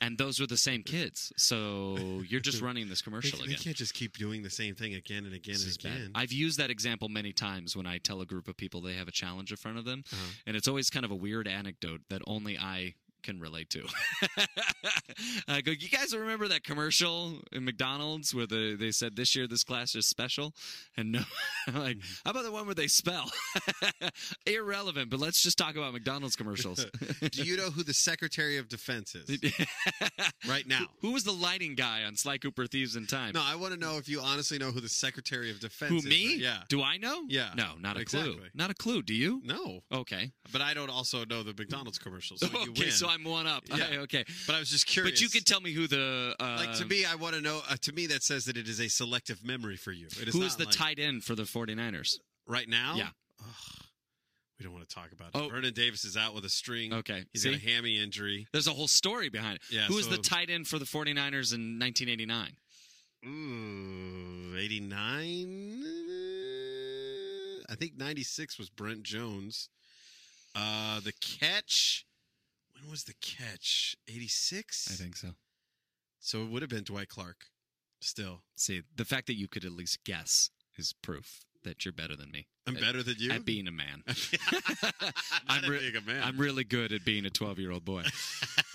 [SPEAKER 2] and those were the same kids. So you're just running this
[SPEAKER 1] They,
[SPEAKER 2] commercial
[SPEAKER 1] they
[SPEAKER 2] again.
[SPEAKER 1] can't just keep doing the same thing again and again
[SPEAKER 2] This
[SPEAKER 1] and
[SPEAKER 2] is bad.
[SPEAKER 1] again.
[SPEAKER 2] I've used that example many times when I tell a group of people they have a challenge in front of them,
[SPEAKER 1] Uh-huh.
[SPEAKER 2] and it's always kind of a weird anecdote that only I can relate to. I go, you guys remember that commercial in McDonald's where the, they said this year this class is special, and no, like
[SPEAKER 1] Mm-hmm.
[SPEAKER 2] how about the one where they spell irrelevant? But let's just talk about McDonald's commercials.
[SPEAKER 1] Do you know who the Secretary of Defense is right now?
[SPEAKER 2] Who was the lighting guy on Sly Cooper Thieves in Time?
[SPEAKER 1] No, I want to know if you honestly know who the Secretary of Defense
[SPEAKER 2] Who
[SPEAKER 1] is.
[SPEAKER 2] me?
[SPEAKER 1] Yeah.
[SPEAKER 2] Do I know?
[SPEAKER 1] Yeah.
[SPEAKER 2] No, not a clue.
[SPEAKER 1] Exactly.
[SPEAKER 2] Not a clue. Do you?
[SPEAKER 1] no,
[SPEAKER 2] Okay.
[SPEAKER 1] but I don't also know the McDonald's commercials. So you
[SPEAKER 2] okay,
[SPEAKER 1] win.
[SPEAKER 2] so I'm one up.
[SPEAKER 1] Yeah.
[SPEAKER 2] Okay, okay.
[SPEAKER 1] But I was just curious.
[SPEAKER 2] But you could tell me who the uh,
[SPEAKER 1] Like to me, I want to know. Uh, to me, that says that it is a selective memory for you. It is
[SPEAKER 2] who
[SPEAKER 1] not
[SPEAKER 2] is the
[SPEAKER 1] like-
[SPEAKER 2] tight end for the 49ers.
[SPEAKER 1] right now?
[SPEAKER 2] Yeah.
[SPEAKER 1] Ugh, we don't want to talk about it.
[SPEAKER 2] Oh.
[SPEAKER 1] Vernon Davis is out with a string.
[SPEAKER 2] Okay,
[SPEAKER 1] He's
[SPEAKER 2] see?
[SPEAKER 1] got a hammy injury.
[SPEAKER 2] There's a whole story behind it.
[SPEAKER 1] Yeah,
[SPEAKER 2] who was
[SPEAKER 1] so-
[SPEAKER 2] the tight end for the 49ers in 1989?
[SPEAKER 1] Ooh, 89? Uh, I think 96 was Brent Jones. Uh, the catch. When was the catch? 86?
[SPEAKER 2] so.
[SPEAKER 1] So it would have been Dwight Clark still.
[SPEAKER 2] See, the fact that you could at least guess is proof that you're better than me.
[SPEAKER 1] I'm
[SPEAKER 2] at,
[SPEAKER 1] better than you?
[SPEAKER 2] at being a man.
[SPEAKER 1] Not
[SPEAKER 2] I'm
[SPEAKER 1] at
[SPEAKER 2] re-
[SPEAKER 1] being a man.
[SPEAKER 2] I'm really good at being a 12 year old boy.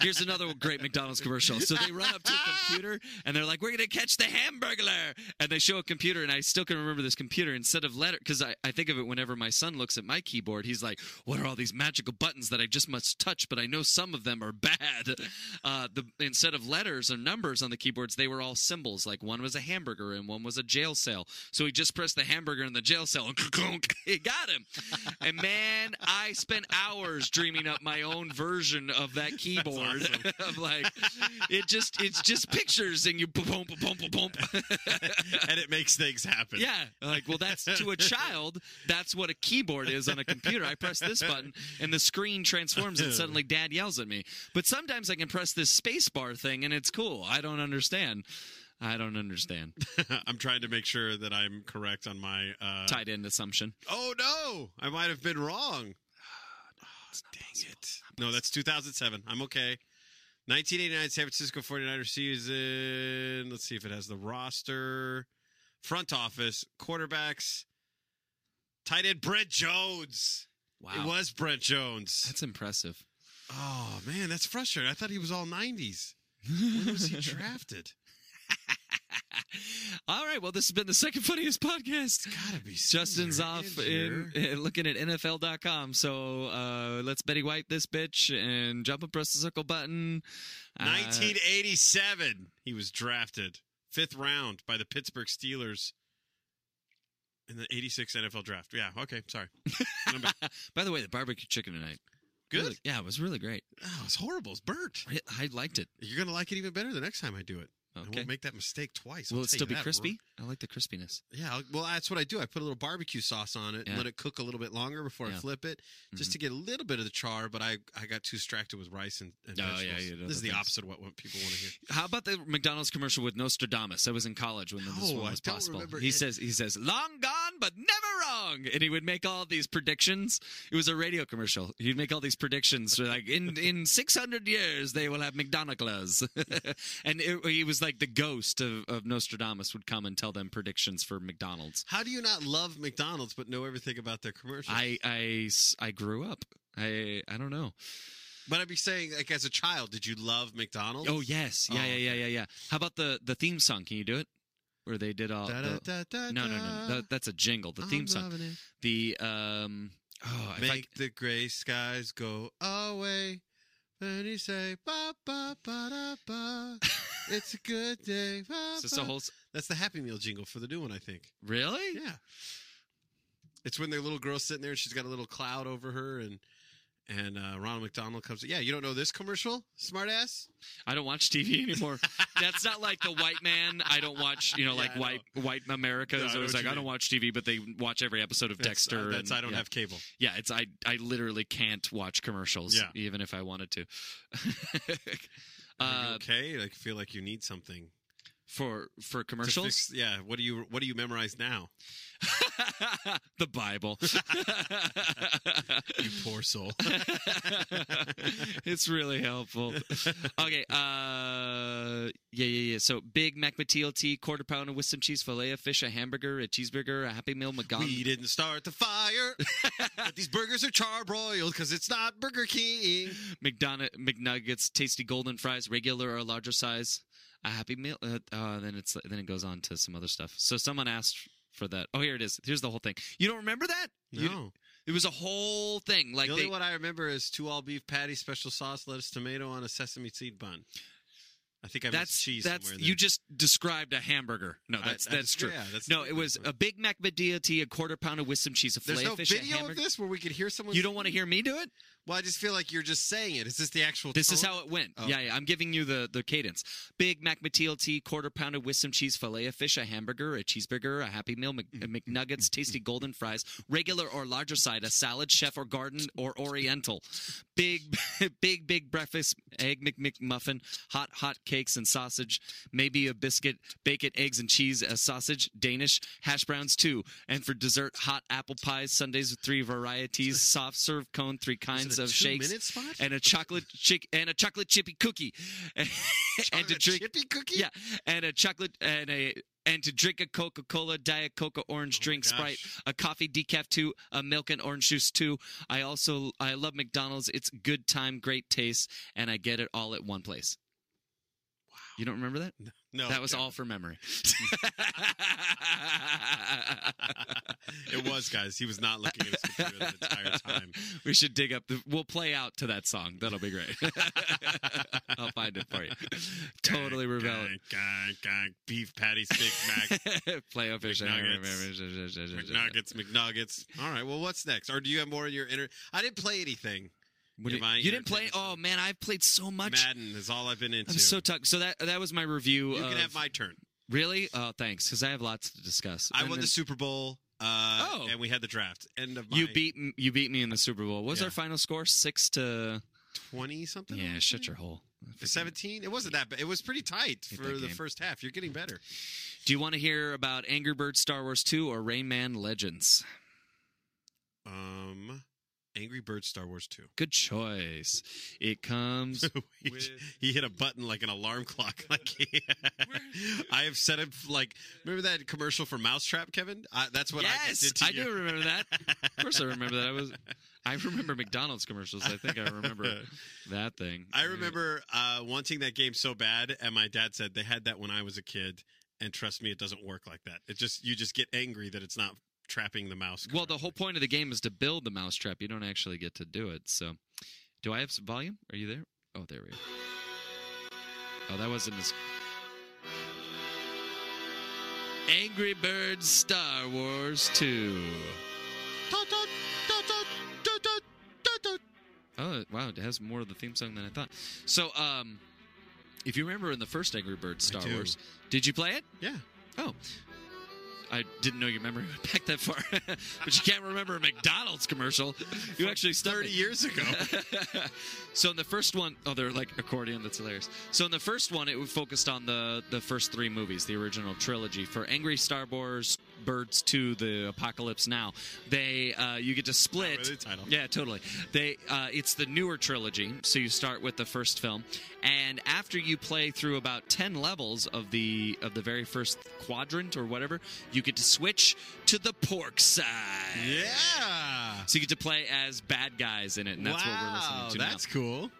[SPEAKER 2] Here's another great McDonald's commercial. So they run up to a computer and they're like, "We're gonna catch the Hamburglar!" And they show a computer, and I still can remember this computer. Instead of letter, because I, I think of it whenever my son looks at my keyboard, he's like, "What are all these magical buttons that I just must touch?" But I know some of them are bad. Uh, the instead of letters or numbers on the keyboards, they were all symbols. Like one was a hamburger and one was a jail cell. So he just pressed the hamburger in the jail cell, and clunk, it got him. And man, I spent hours dreaming up my own version of that keyboard
[SPEAKER 1] awesome.
[SPEAKER 2] I'm like, it just it's just pictures and you boom boom boom boom boom.
[SPEAKER 1] and it makes things happen.
[SPEAKER 2] Yeah, like well, that's to a child. That's what a keyboard is on a computer. I press this button and the screen transforms, and suddenly Dad yells at me. But sometimes I can press this space bar thing, and it's cool. I don't understand. I don't understand.
[SPEAKER 1] I'm trying to make sure that I'm correct on my. Uh...
[SPEAKER 2] Tight end assumption.
[SPEAKER 1] Oh no, I might have been wrong. Dang it. No, that's 2007. I'm okay. 1989 San Francisco 49ers season. Let's see if it has the roster, front office, quarterbacks, tight end Brent Jones. It
[SPEAKER 2] Wow.
[SPEAKER 1] was Brent Jones.
[SPEAKER 2] That's impressive.
[SPEAKER 1] oh man, that's frustrating. I thought he was all 90s. When was he drafted?
[SPEAKER 2] All right. Well, this has been the second funniest podcast.
[SPEAKER 1] Gotta be.
[SPEAKER 2] Justin's
[SPEAKER 1] somewhere
[SPEAKER 2] off in, eh,
[SPEAKER 1] here.
[SPEAKER 2] looking at NFL.com. So uh, let's Betty White this bitch and jump and press the circle button. Uh,
[SPEAKER 1] 1987. He was drafted fifth round by the Pittsburgh Steelers in the 86 NFL draft. Yeah. Okay. Sorry. I'm back.
[SPEAKER 2] by the way, the barbecue chicken tonight.
[SPEAKER 1] Good.
[SPEAKER 2] Really- yeah, it was really great.
[SPEAKER 1] Oh, it's horrible. It's burnt.
[SPEAKER 2] I, I liked it.
[SPEAKER 1] You're gonna like it even better the next time I do it. I
[SPEAKER 2] Okay.
[SPEAKER 1] won't make that mistake twice.
[SPEAKER 2] Will
[SPEAKER 1] I'll
[SPEAKER 2] it
[SPEAKER 1] tell
[SPEAKER 2] still
[SPEAKER 1] you
[SPEAKER 2] be
[SPEAKER 1] that.
[SPEAKER 2] crispy? I like the crispiness.
[SPEAKER 1] Yeah. I'll- Well, that's what I do. I put a little barbecue sauce on it and
[SPEAKER 2] Yeah.
[SPEAKER 1] let it cook a little bit longer before I
[SPEAKER 2] Yeah. Mm-hmm.
[SPEAKER 1] flip it, just to get a little bit of the char. But I, I got too distracted with rice and, and
[SPEAKER 2] Oh, yeah,
[SPEAKER 1] vegetables.
[SPEAKER 2] you know
[SPEAKER 1] this is
[SPEAKER 2] the
[SPEAKER 1] the
[SPEAKER 2] things.
[SPEAKER 1] opposite of what, what people want to hear.
[SPEAKER 2] How about the McDonald's commercial with Nostradamus? I was in college when this
[SPEAKER 1] No,
[SPEAKER 2] one
[SPEAKER 1] I
[SPEAKER 2] was
[SPEAKER 1] don't
[SPEAKER 2] possible.
[SPEAKER 1] remember
[SPEAKER 2] He
[SPEAKER 1] it.
[SPEAKER 2] says he says long gone but never wrong, and he would make all these predictions. It was a radio commercial. He'd make all these predictions so like in in six hundred years they will have McDonald's, and it, he was like the ghost of, of Nostradamus would come and tell them predictions for McDonald's.
[SPEAKER 1] How do you not love McDonald's but know everything about their commercials?
[SPEAKER 2] I I s- I grew up. I I don't know.
[SPEAKER 1] But I'd be saying, like, as a child, did you love McDonald's?
[SPEAKER 2] Oh yes, yeah
[SPEAKER 1] Oh,
[SPEAKER 2] yeah yeah yeah yeah. How about the the theme song? Can you do it? Where they did all
[SPEAKER 1] Da, da,
[SPEAKER 2] the-
[SPEAKER 1] da, da,
[SPEAKER 2] No, no, no, no. That, that's a jingle. The theme
[SPEAKER 1] I'm
[SPEAKER 2] song.
[SPEAKER 1] loving it.
[SPEAKER 2] The um. Oh, if I
[SPEAKER 1] Make the gray skies go away. Then you say, ba, ba, ba, da, ba. It's a good day. Ba,
[SPEAKER 2] c- is this a
[SPEAKER 1] ba."
[SPEAKER 2] whole. s-
[SPEAKER 1] That's the Happy Meal jingle for the new one, I think.
[SPEAKER 2] Really?
[SPEAKER 1] Yeah. It's when their little girl's sitting there and she's got a little cloud over her and and uh, Ronald McDonald comes. Yeah, you don't know this commercial, smartass.
[SPEAKER 2] I don't watch TV anymore. That's not like the white man. I don't watch. You know,
[SPEAKER 1] Yeah,
[SPEAKER 2] like
[SPEAKER 1] I know.
[SPEAKER 2] white white America.
[SPEAKER 1] No, I
[SPEAKER 2] is
[SPEAKER 1] know
[SPEAKER 2] always
[SPEAKER 1] what
[SPEAKER 2] like
[SPEAKER 1] you
[SPEAKER 2] I don't
[SPEAKER 1] mean.
[SPEAKER 2] watch TV, but they watch every episode of
[SPEAKER 1] That's-
[SPEAKER 2] Dexter.
[SPEAKER 1] uh, that's
[SPEAKER 2] and-
[SPEAKER 1] I don't
[SPEAKER 2] yeah.
[SPEAKER 1] have cable.
[SPEAKER 2] Yeah, it's I. I literally can't watch commercials.
[SPEAKER 1] Yeah.
[SPEAKER 2] Even if I wanted to.
[SPEAKER 1] Are you
[SPEAKER 2] uh,
[SPEAKER 1] okay, like feel like you need something. to
[SPEAKER 2] for for commercials.
[SPEAKER 1] fix- yeah. What do you What do you memorize now?
[SPEAKER 2] the Bible.
[SPEAKER 1] You poor soul.
[SPEAKER 2] it's really helpful. Okay. Uh, yeah, yeah, yeah. So Big Mac McTLT, quarter pounder with some cheese, filet of fish, a hamburger, a cheeseburger, a Happy Meal, McDonald's.
[SPEAKER 1] We didn't start the fire. but these burgers are charbroiled because it's not Burger King.
[SPEAKER 2] McDonald McNuggets, tasty golden fries, regular or larger size, a happy meal. Uh, uh, then it's then it goes on to some other stuff. So someone asked for that. Oh, here it is. Here's the whole thing. You don't remember that? You-
[SPEAKER 1] No.
[SPEAKER 2] it was a whole thing. Like
[SPEAKER 1] the only
[SPEAKER 2] they,
[SPEAKER 1] one I remember is two all beef patties, special sauce, lettuce, tomato on a sesame seed bun. I think I
[SPEAKER 2] that's
[SPEAKER 1] missed cheese
[SPEAKER 2] that's
[SPEAKER 1] somewhere. in there.
[SPEAKER 2] you just described a hamburger. No,
[SPEAKER 1] I-
[SPEAKER 2] that's
[SPEAKER 1] I
[SPEAKER 2] that's
[SPEAKER 1] just-
[SPEAKER 2] true.
[SPEAKER 1] yeah, that's-
[SPEAKER 2] no, it was a Big Mac McDLT, a quarter pounder with some cheese, a
[SPEAKER 1] There's
[SPEAKER 2] filet
[SPEAKER 1] no
[SPEAKER 2] fish, a
[SPEAKER 1] video of
[SPEAKER 2] hamburger.
[SPEAKER 1] this where we could hear someone.
[SPEAKER 2] You don't want to hear me do it.
[SPEAKER 1] Well, I just feel like you're just saying it. Is this the actual?
[SPEAKER 2] This is
[SPEAKER 1] tone?
[SPEAKER 2] how it went.
[SPEAKER 1] Oh.
[SPEAKER 2] Yeah, yeah, I'm giving you the, the cadence. Big Mac McTLT, quarter pounder with some cheese, filet of fish, a hamburger, a cheeseburger, a Happy Meal, Mc,
[SPEAKER 1] Mm.
[SPEAKER 2] uh, McNuggets, tasty golden fries, regular or larger side, a salad, chef or garden or oriental, big, big, big breakfast, egg McMuffin, hot, hot cakes and sausage, maybe a biscuit, bacon, eggs and cheese, a sausage, Danish, hash browns too, and for dessert, hot apple pies, Sundays with three varieties, soft serve cone, three kinds
[SPEAKER 1] a
[SPEAKER 2] of shakes,
[SPEAKER 1] two-minute spot?
[SPEAKER 2] and a chocolate chick and a chocolate chippy cookie, and to
[SPEAKER 1] Chocolate
[SPEAKER 2] drink
[SPEAKER 1] chippy cookie.
[SPEAKER 2] yeah, and a chocolate and a and to drink a Coca Cola, Diet Coca, orange drink,
[SPEAKER 1] Oh gosh.
[SPEAKER 2] Sprite, a coffee decaf two, a milk and orange juice two. I also I love McDonald's. It's good time, great taste, and I get it all at one place. Wow, you don't remember that?
[SPEAKER 1] No,
[SPEAKER 2] that was
[SPEAKER 1] no.
[SPEAKER 2] all from memory.
[SPEAKER 1] It was, guys. He was not looking at his computer the entire time.
[SPEAKER 2] we should dig up the. We'll play out to that song. That'll be great. I'll find it for you. totally
[SPEAKER 1] Gang,
[SPEAKER 2] rebelling.
[SPEAKER 1] gang, gang, gang. Beef patties, Big Mac,
[SPEAKER 2] play a fish.
[SPEAKER 1] McNuggets, McNuggets. All right. Well, what's next? Or do you have more in your inner? I didn't play anything. You're
[SPEAKER 2] What do you,
[SPEAKER 1] buying
[SPEAKER 2] you didn't play?
[SPEAKER 1] entertainment
[SPEAKER 2] Oh man, I've played so much.
[SPEAKER 1] Madden is all I've been into.
[SPEAKER 2] I'm so uh, tucked. So that that was my review.
[SPEAKER 1] You
[SPEAKER 2] of,
[SPEAKER 1] can have my turn.
[SPEAKER 2] really. Oh, thanks, because I have lots to discuss.
[SPEAKER 1] I
[SPEAKER 2] And
[SPEAKER 1] won
[SPEAKER 2] then
[SPEAKER 1] the Super Bowl. Uh,
[SPEAKER 2] Oh.
[SPEAKER 1] and we had the draft. End of my
[SPEAKER 2] You beat m- you beat me in the Super Bowl. What was
[SPEAKER 1] Yeah.
[SPEAKER 2] our final score? Six to
[SPEAKER 1] twenty something.
[SPEAKER 2] yeah. Shut your hole.
[SPEAKER 1] Seventeen. It wasn't that, but it was pretty tight
[SPEAKER 2] Hate
[SPEAKER 1] for
[SPEAKER 2] that
[SPEAKER 1] the
[SPEAKER 2] game.
[SPEAKER 1] first half. You're getting better.
[SPEAKER 2] Do you want to hear about Angry Birds Star Wars 2 or Rain Man Legends?
[SPEAKER 1] Um, Angry Birds Star Wars Two.
[SPEAKER 2] Good choice. It comes.
[SPEAKER 1] he, he hit a button like an alarm clock. Like I have set up like remember that commercial for Mousetrap, Kevin? I, that's what I just
[SPEAKER 2] yes,
[SPEAKER 1] did to
[SPEAKER 2] I
[SPEAKER 1] you.
[SPEAKER 2] do remember that. Of course, I remember that. I was. I remember McDonald's commercials. I think I remember that thing.
[SPEAKER 1] I remember uh, wanting that game so bad, and my dad said they had that when I was a kid. And trust me, it doesn't work like that. It just you just get angry that it's not trapping the mouse.
[SPEAKER 2] Well, the
[SPEAKER 1] correctly.
[SPEAKER 2] whole point of the game is to build the mousetrap. You don't actually get to do it. So, do I have some volume? Are you there? Oh, there we are. Oh, that wasn't as. Angry Birds Star Wars 2. Oh, wow. It has more of the theme song than I thought. So, um, if you remember in the first Angry Birds
[SPEAKER 1] I
[SPEAKER 2] Star
[SPEAKER 1] do.
[SPEAKER 2] Wars, did you play it?
[SPEAKER 1] yeah.
[SPEAKER 2] Oh. I didn't know your memory went back that far. but you can't remember a McDonald's commercial. You actually stumped
[SPEAKER 1] 30
[SPEAKER 2] me.
[SPEAKER 1] years ago.
[SPEAKER 2] so in the first one, oh, they're like accordion. That's hilarious. So in the first one, it focused on the the first three movies, the original trilogy. For Angry Star Wars, Birds Two, The Apocalypse Now, they uh, you get to split.
[SPEAKER 1] really the title.
[SPEAKER 2] Yeah, totally. They uh, it's the newer trilogy, so you start with the first film, and after you play through about ten levels of the of the very first quadrant or whatever, you get to switch to the pork side.
[SPEAKER 1] Yeah.
[SPEAKER 2] So you get to play as bad guys in it, and that's
[SPEAKER 1] wow,
[SPEAKER 2] what we're listening to now.
[SPEAKER 1] that's cool.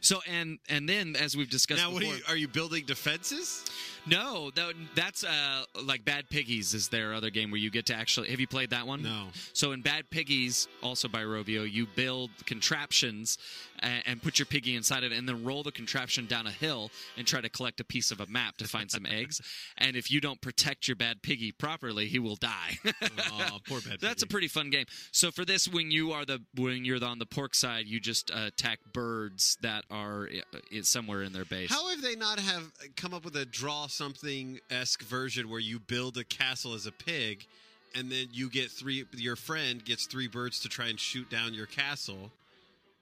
[SPEAKER 2] So and and then as we've discussed
[SPEAKER 1] now, what are
[SPEAKER 2] before,
[SPEAKER 1] you, are you building defenses?
[SPEAKER 2] no, that, that's uh, like Bad Piggies is their other game where you get to actually. Have you played that one?
[SPEAKER 1] No.
[SPEAKER 2] So in Bad Piggies, also by Rovio, you build contraptions and, and put your piggy inside it, and then roll the contraption down a hill and try to collect a piece of a map to find some eggs. And if you don't protect your bad piggy properly, he will die.
[SPEAKER 1] Oh, poor bad.
[SPEAKER 2] That's a
[SPEAKER 1] piggy.
[SPEAKER 2] pretty fun game. So for this, when you are the when you're on the pork side, you just uh, attack birds that are uh, i- somewhere in their base.
[SPEAKER 1] How have they not have uh, come up with a draw something esque version where you build a castle as a pig, and then you get three. Your friend gets three birds to try and shoot down your castle,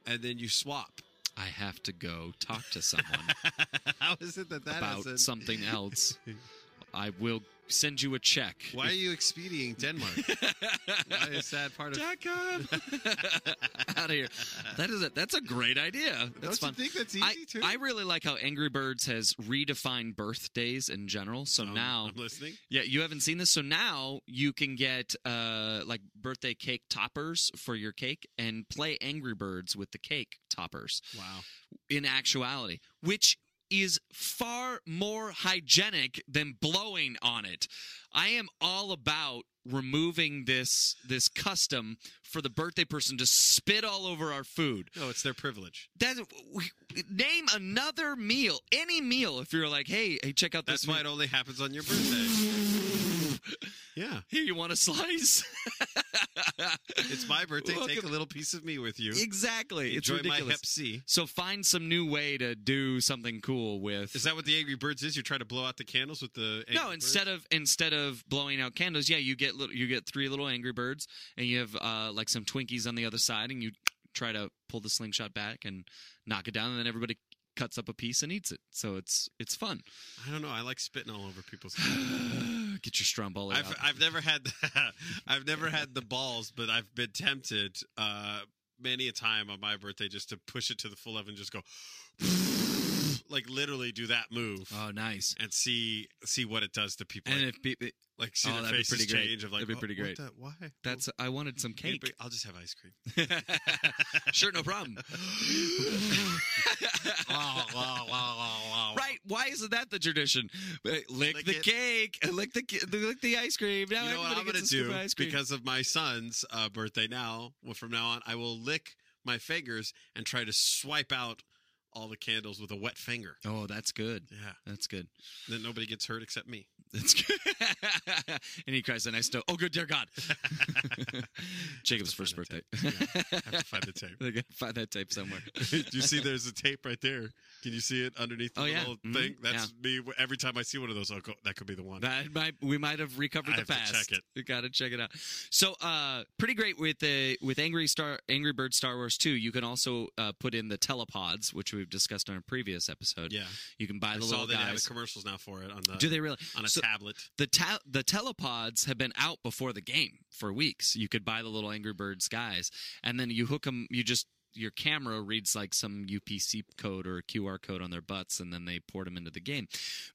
[SPEAKER 1] and then you swap.
[SPEAKER 2] I have to go talk to someone
[SPEAKER 1] How is it that that
[SPEAKER 2] about
[SPEAKER 1] isn't-
[SPEAKER 2] something else. I will send you a check.
[SPEAKER 1] Why are you expediting Denmark? Why is that part of?
[SPEAKER 2] uh, out of here. That is a, that's a great idea. That's
[SPEAKER 1] Don't you
[SPEAKER 2] fun.
[SPEAKER 1] think that's easy,
[SPEAKER 2] I,
[SPEAKER 1] too?
[SPEAKER 2] I really like how Angry Birds has redefined birthdays in general. So
[SPEAKER 1] Um,
[SPEAKER 2] now
[SPEAKER 1] I'm listening.
[SPEAKER 2] Yeah, you haven't seen this, so now you can get uh, like birthday cake toppers for your cake and play Angry Birds with the cake toppers.
[SPEAKER 1] Wow.
[SPEAKER 2] In actuality, which is far more hygienic than blowing on it. I am all about removing this this custom for the birthday person to spit all over our food.
[SPEAKER 1] No, it's their privilege.
[SPEAKER 2] That name another meal, any meal. If you're like, hey, hey, check out this.
[SPEAKER 1] That's why
[SPEAKER 2] meal.
[SPEAKER 1] it only happens on your birthday. Yeah,
[SPEAKER 2] Here, you want a slice?
[SPEAKER 1] it's my birthday. Take a
[SPEAKER 2] Welcome.
[SPEAKER 1] little piece of me with you.
[SPEAKER 2] Exactly.
[SPEAKER 1] Enjoy
[SPEAKER 2] it's ridiculous.
[SPEAKER 1] my Hep C.
[SPEAKER 2] So find some new way to do something cool with.
[SPEAKER 1] Is that what the Angry Birds is? You're trying to blow out the candles with the Angry
[SPEAKER 2] no, instead of instead of blowing out candles, yeah, you get little, you get three little Angry Birds, and you have uh, like some Twinkies on the other side, and you try to pull the slingshot back and knock it down, and then everybody cuts up a piece and eats it. So it's it's fun.
[SPEAKER 1] I don't know. I like spitting all over people's.
[SPEAKER 2] Get your Stromboli
[SPEAKER 1] I've
[SPEAKER 2] out.
[SPEAKER 1] I've never had the, I've never had the balls, but I've been tempted uh, many a time on my birthday just to push it to the full oven, and just go like literally do that move
[SPEAKER 2] oh, nice.
[SPEAKER 1] and see see what it does to people.
[SPEAKER 2] And
[SPEAKER 1] like,
[SPEAKER 2] if be,
[SPEAKER 1] like see
[SPEAKER 2] oh,
[SPEAKER 1] their
[SPEAKER 2] that'd be
[SPEAKER 1] faces
[SPEAKER 2] pretty great.
[SPEAKER 1] change of like
[SPEAKER 2] That'd be
[SPEAKER 1] "Oh,
[SPEAKER 2] pretty
[SPEAKER 1] what
[SPEAKER 2] great.
[SPEAKER 1] the- why
[SPEAKER 2] that's I wanted some
[SPEAKER 1] Hey,
[SPEAKER 2] cake.
[SPEAKER 1] br- I'll just have ice cream.
[SPEAKER 2] sure, no problem.
[SPEAKER 1] Wow, wow, wow, wow, wow.
[SPEAKER 2] Right? Why isn't that the tradition? Uh, Lick,
[SPEAKER 1] Lick
[SPEAKER 2] the
[SPEAKER 1] it.
[SPEAKER 2] cake, uh, lick the ca- lick the ice cream. Now
[SPEAKER 1] you know what
[SPEAKER 2] everybody
[SPEAKER 1] I'm going to
[SPEAKER 2] gets a scoop
[SPEAKER 1] do
[SPEAKER 2] of ice cream.
[SPEAKER 1] because of my son's uh, birthday now. Well, from now on, I will lick my fingers and try to swipe out all the candles with a wet finger.
[SPEAKER 2] Oh, that's good.
[SPEAKER 1] Yeah.
[SPEAKER 2] That's good.
[SPEAKER 1] Then nobody gets hurt except me.
[SPEAKER 2] That's good. and he cries the nice note. Oh, good, dear God. Jacob's first
[SPEAKER 1] find
[SPEAKER 2] birthday.
[SPEAKER 1] that I have to find the tape.
[SPEAKER 2] They gotta find that tape somewhere.
[SPEAKER 1] Do you see there's a tape right there? Can you see it underneath the
[SPEAKER 2] Oh, yeah.
[SPEAKER 1] little
[SPEAKER 2] Mhm.
[SPEAKER 1] thing? That's me. Every time I see one of those, I'll go, that could be the one.
[SPEAKER 2] That might we might have
[SPEAKER 1] I
[SPEAKER 2] recovered the
[SPEAKER 1] have to
[SPEAKER 2] past.
[SPEAKER 1] check it.
[SPEAKER 2] You gotta check it out. So uh pretty great with the with Angry Star Angry Bird Star Wars 2. You can also uh, put in the telepods, which we've discussed on a previous episode.
[SPEAKER 1] yeah.
[SPEAKER 2] You can buy
[SPEAKER 1] I
[SPEAKER 2] the
[SPEAKER 1] saw
[SPEAKER 2] little
[SPEAKER 1] they have
[SPEAKER 2] guys.
[SPEAKER 1] commercials now for it on the
[SPEAKER 2] Do they really
[SPEAKER 1] on a
[SPEAKER 2] So-
[SPEAKER 1] tablet.
[SPEAKER 2] the ta- the telepods have been out before the game for weeks. You could buy the little Angry Birds guys, and then you hook them. You just your camera reads like some UPC code or QR code on their butts, and then they port them into the game.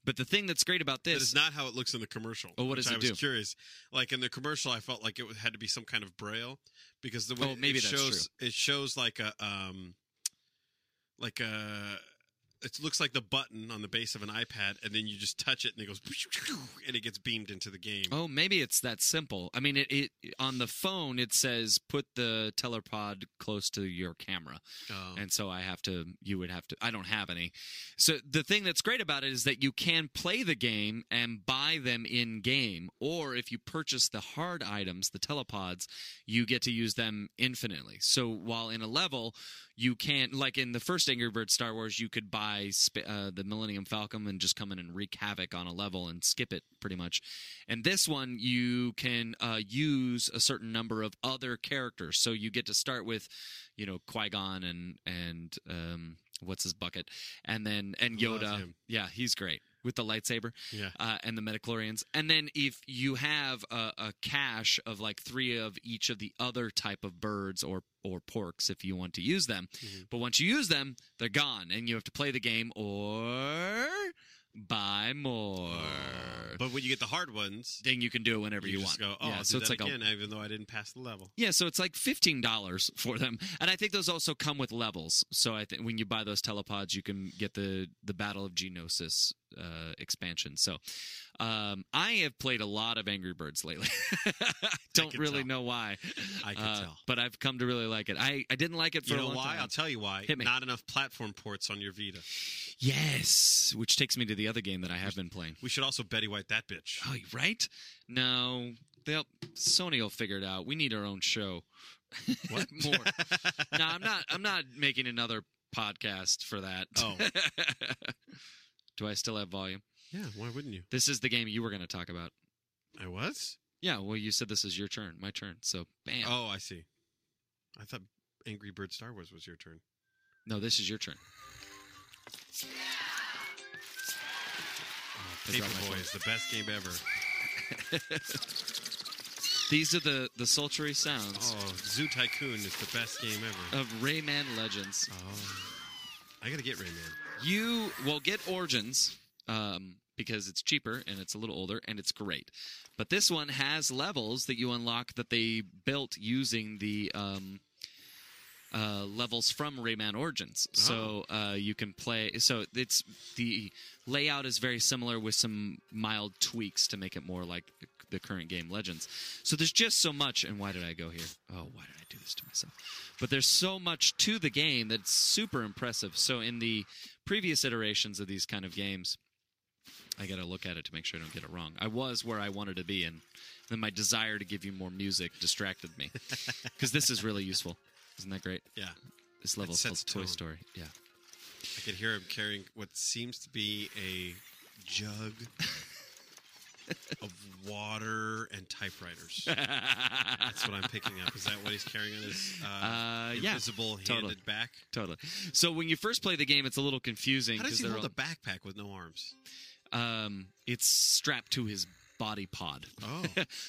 [SPEAKER 2] But the thing that's great about
[SPEAKER 1] That
[SPEAKER 2] this,
[SPEAKER 1] is not how it looks in the commercial.
[SPEAKER 2] Oh, what
[SPEAKER 1] which
[SPEAKER 2] does
[SPEAKER 1] I
[SPEAKER 2] it
[SPEAKER 1] was
[SPEAKER 2] do?
[SPEAKER 1] curious. Like in the commercial, I felt like it had to be some kind of braille because the way
[SPEAKER 2] Oh, maybe
[SPEAKER 1] it
[SPEAKER 2] that's
[SPEAKER 1] shows it shows like a um like a it looks like the button on the base of an iPad, and then you just touch it, and it goes and it gets beamed into the game.
[SPEAKER 2] oh, maybe it's that simple. I mean, it, it on the phone it says put the telepod close to your camera,
[SPEAKER 1] Um,
[SPEAKER 2] and so I have to. You would have to. I don't have any. So the thing that's great about it is that you can play the game and buy them in game, or if you purchase the hard items, the telepods, you get to use them infinitely. So while in a level, you can't like in the first Angry Bird Star Wars, you could buy sp- uh, the Millennium Falcon and just come in and wreak havoc on a level and skip it pretty much. And this one, you can uh, use a certain number of other characters. So you get to start with, you know, Qui Gon and and um, what's his bucket, and then and
[SPEAKER 1] Love
[SPEAKER 2] Yoda.
[SPEAKER 1] him.
[SPEAKER 2] Yeah, he's great with the lightsaber
[SPEAKER 1] yeah.
[SPEAKER 2] uh, and the Metachlorians. And then if you have a, a cache of like three of each of the other type of birds or or porks, if you want to use them,
[SPEAKER 1] Mm-hmm.
[SPEAKER 2] but once you use them, they're gone, and you have to play the game or buy more.
[SPEAKER 1] But when you get the hard ones,
[SPEAKER 2] then you can do it whenever you, want.
[SPEAKER 1] just go, oh,
[SPEAKER 2] yeah,
[SPEAKER 1] I'll
[SPEAKER 2] so
[SPEAKER 1] do
[SPEAKER 2] it's
[SPEAKER 1] that
[SPEAKER 2] like a
[SPEAKER 1] again, even though I didn't pass the level.
[SPEAKER 2] yeah, so it's like fifteen dollars for them, and I think those also come with levels. So I think when you buy those telepods, you can get the the Battle of Genosis uh, expansion. So um, I have played a lot of Angry Birds lately. I don't
[SPEAKER 1] can
[SPEAKER 2] really
[SPEAKER 1] tell.
[SPEAKER 2] know why. Uh,
[SPEAKER 1] I can tell.
[SPEAKER 2] but I've come to really like it. I, I didn't like it for
[SPEAKER 1] You
[SPEAKER 2] a
[SPEAKER 1] know
[SPEAKER 2] long
[SPEAKER 1] why?
[SPEAKER 2] time.
[SPEAKER 1] I'll tell you why.
[SPEAKER 2] Hit me.
[SPEAKER 1] Not enough platform ports on your Vita.
[SPEAKER 2] yes, which takes me to the other game that I have been playing.
[SPEAKER 1] We should also Betty White that bitch.
[SPEAKER 2] Oh, right? No, they'll Sony will figure it out. We need our own show.
[SPEAKER 1] What?
[SPEAKER 2] more? no, I'm not. I'm not making another podcast for that.
[SPEAKER 1] Oh.
[SPEAKER 2] do I still have volume?
[SPEAKER 1] Yeah, why wouldn't you?
[SPEAKER 2] This is the game you were going to talk about.
[SPEAKER 1] I was?
[SPEAKER 2] Yeah, well, you said this is your turn, my turn. So, bam.
[SPEAKER 1] Oh, I see. I thought Angry Bird Star Wars was your turn.
[SPEAKER 2] No, this is your turn. I dropped my
[SPEAKER 1] Paperboy is the best game ever.
[SPEAKER 2] These are the the sultry sounds
[SPEAKER 1] Oh, Zoo Tycoon is the best game ever.
[SPEAKER 2] of Rayman Legends.
[SPEAKER 1] I gotta get Rayman.
[SPEAKER 2] You well get Origins um, because it's cheaper and it's a little older and it's great. But this one has levels that you unlock that they built using the um, uh, levels from Rayman Origins. So uh, you can play. So it's the layout is very similar with some mild tweaks to make it more like the current game Legends. So there's just so much. And why did I go here? Oh, why did I do this to myself? But there's so much to the game that's super impressive. So in the previous iterations of these kind of games, I got to look at it to make sure I don't get it wrong. I was where I wanted to be, and then my desire to give you more music distracted me because this is really useful. Isn't that great?
[SPEAKER 1] Yeah.
[SPEAKER 2] This level is
[SPEAKER 1] sets
[SPEAKER 2] called Toy
[SPEAKER 1] tone.
[SPEAKER 2] Story. Yeah.
[SPEAKER 1] I could hear him carrying what seems to be a jug of water and typewriters. That's what I'm picking up. Is that what he's carrying on his uh,
[SPEAKER 2] Uh, yeah.
[SPEAKER 1] invisible
[SPEAKER 2] Totally.
[SPEAKER 1] handed back?
[SPEAKER 2] Totally. So when you first play the game, it's a little confusing
[SPEAKER 1] How does he
[SPEAKER 2] they're
[SPEAKER 1] hold
[SPEAKER 2] all-
[SPEAKER 1] a backpack with no arms?
[SPEAKER 2] um, it's strapped to his body pod.
[SPEAKER 1] Oh,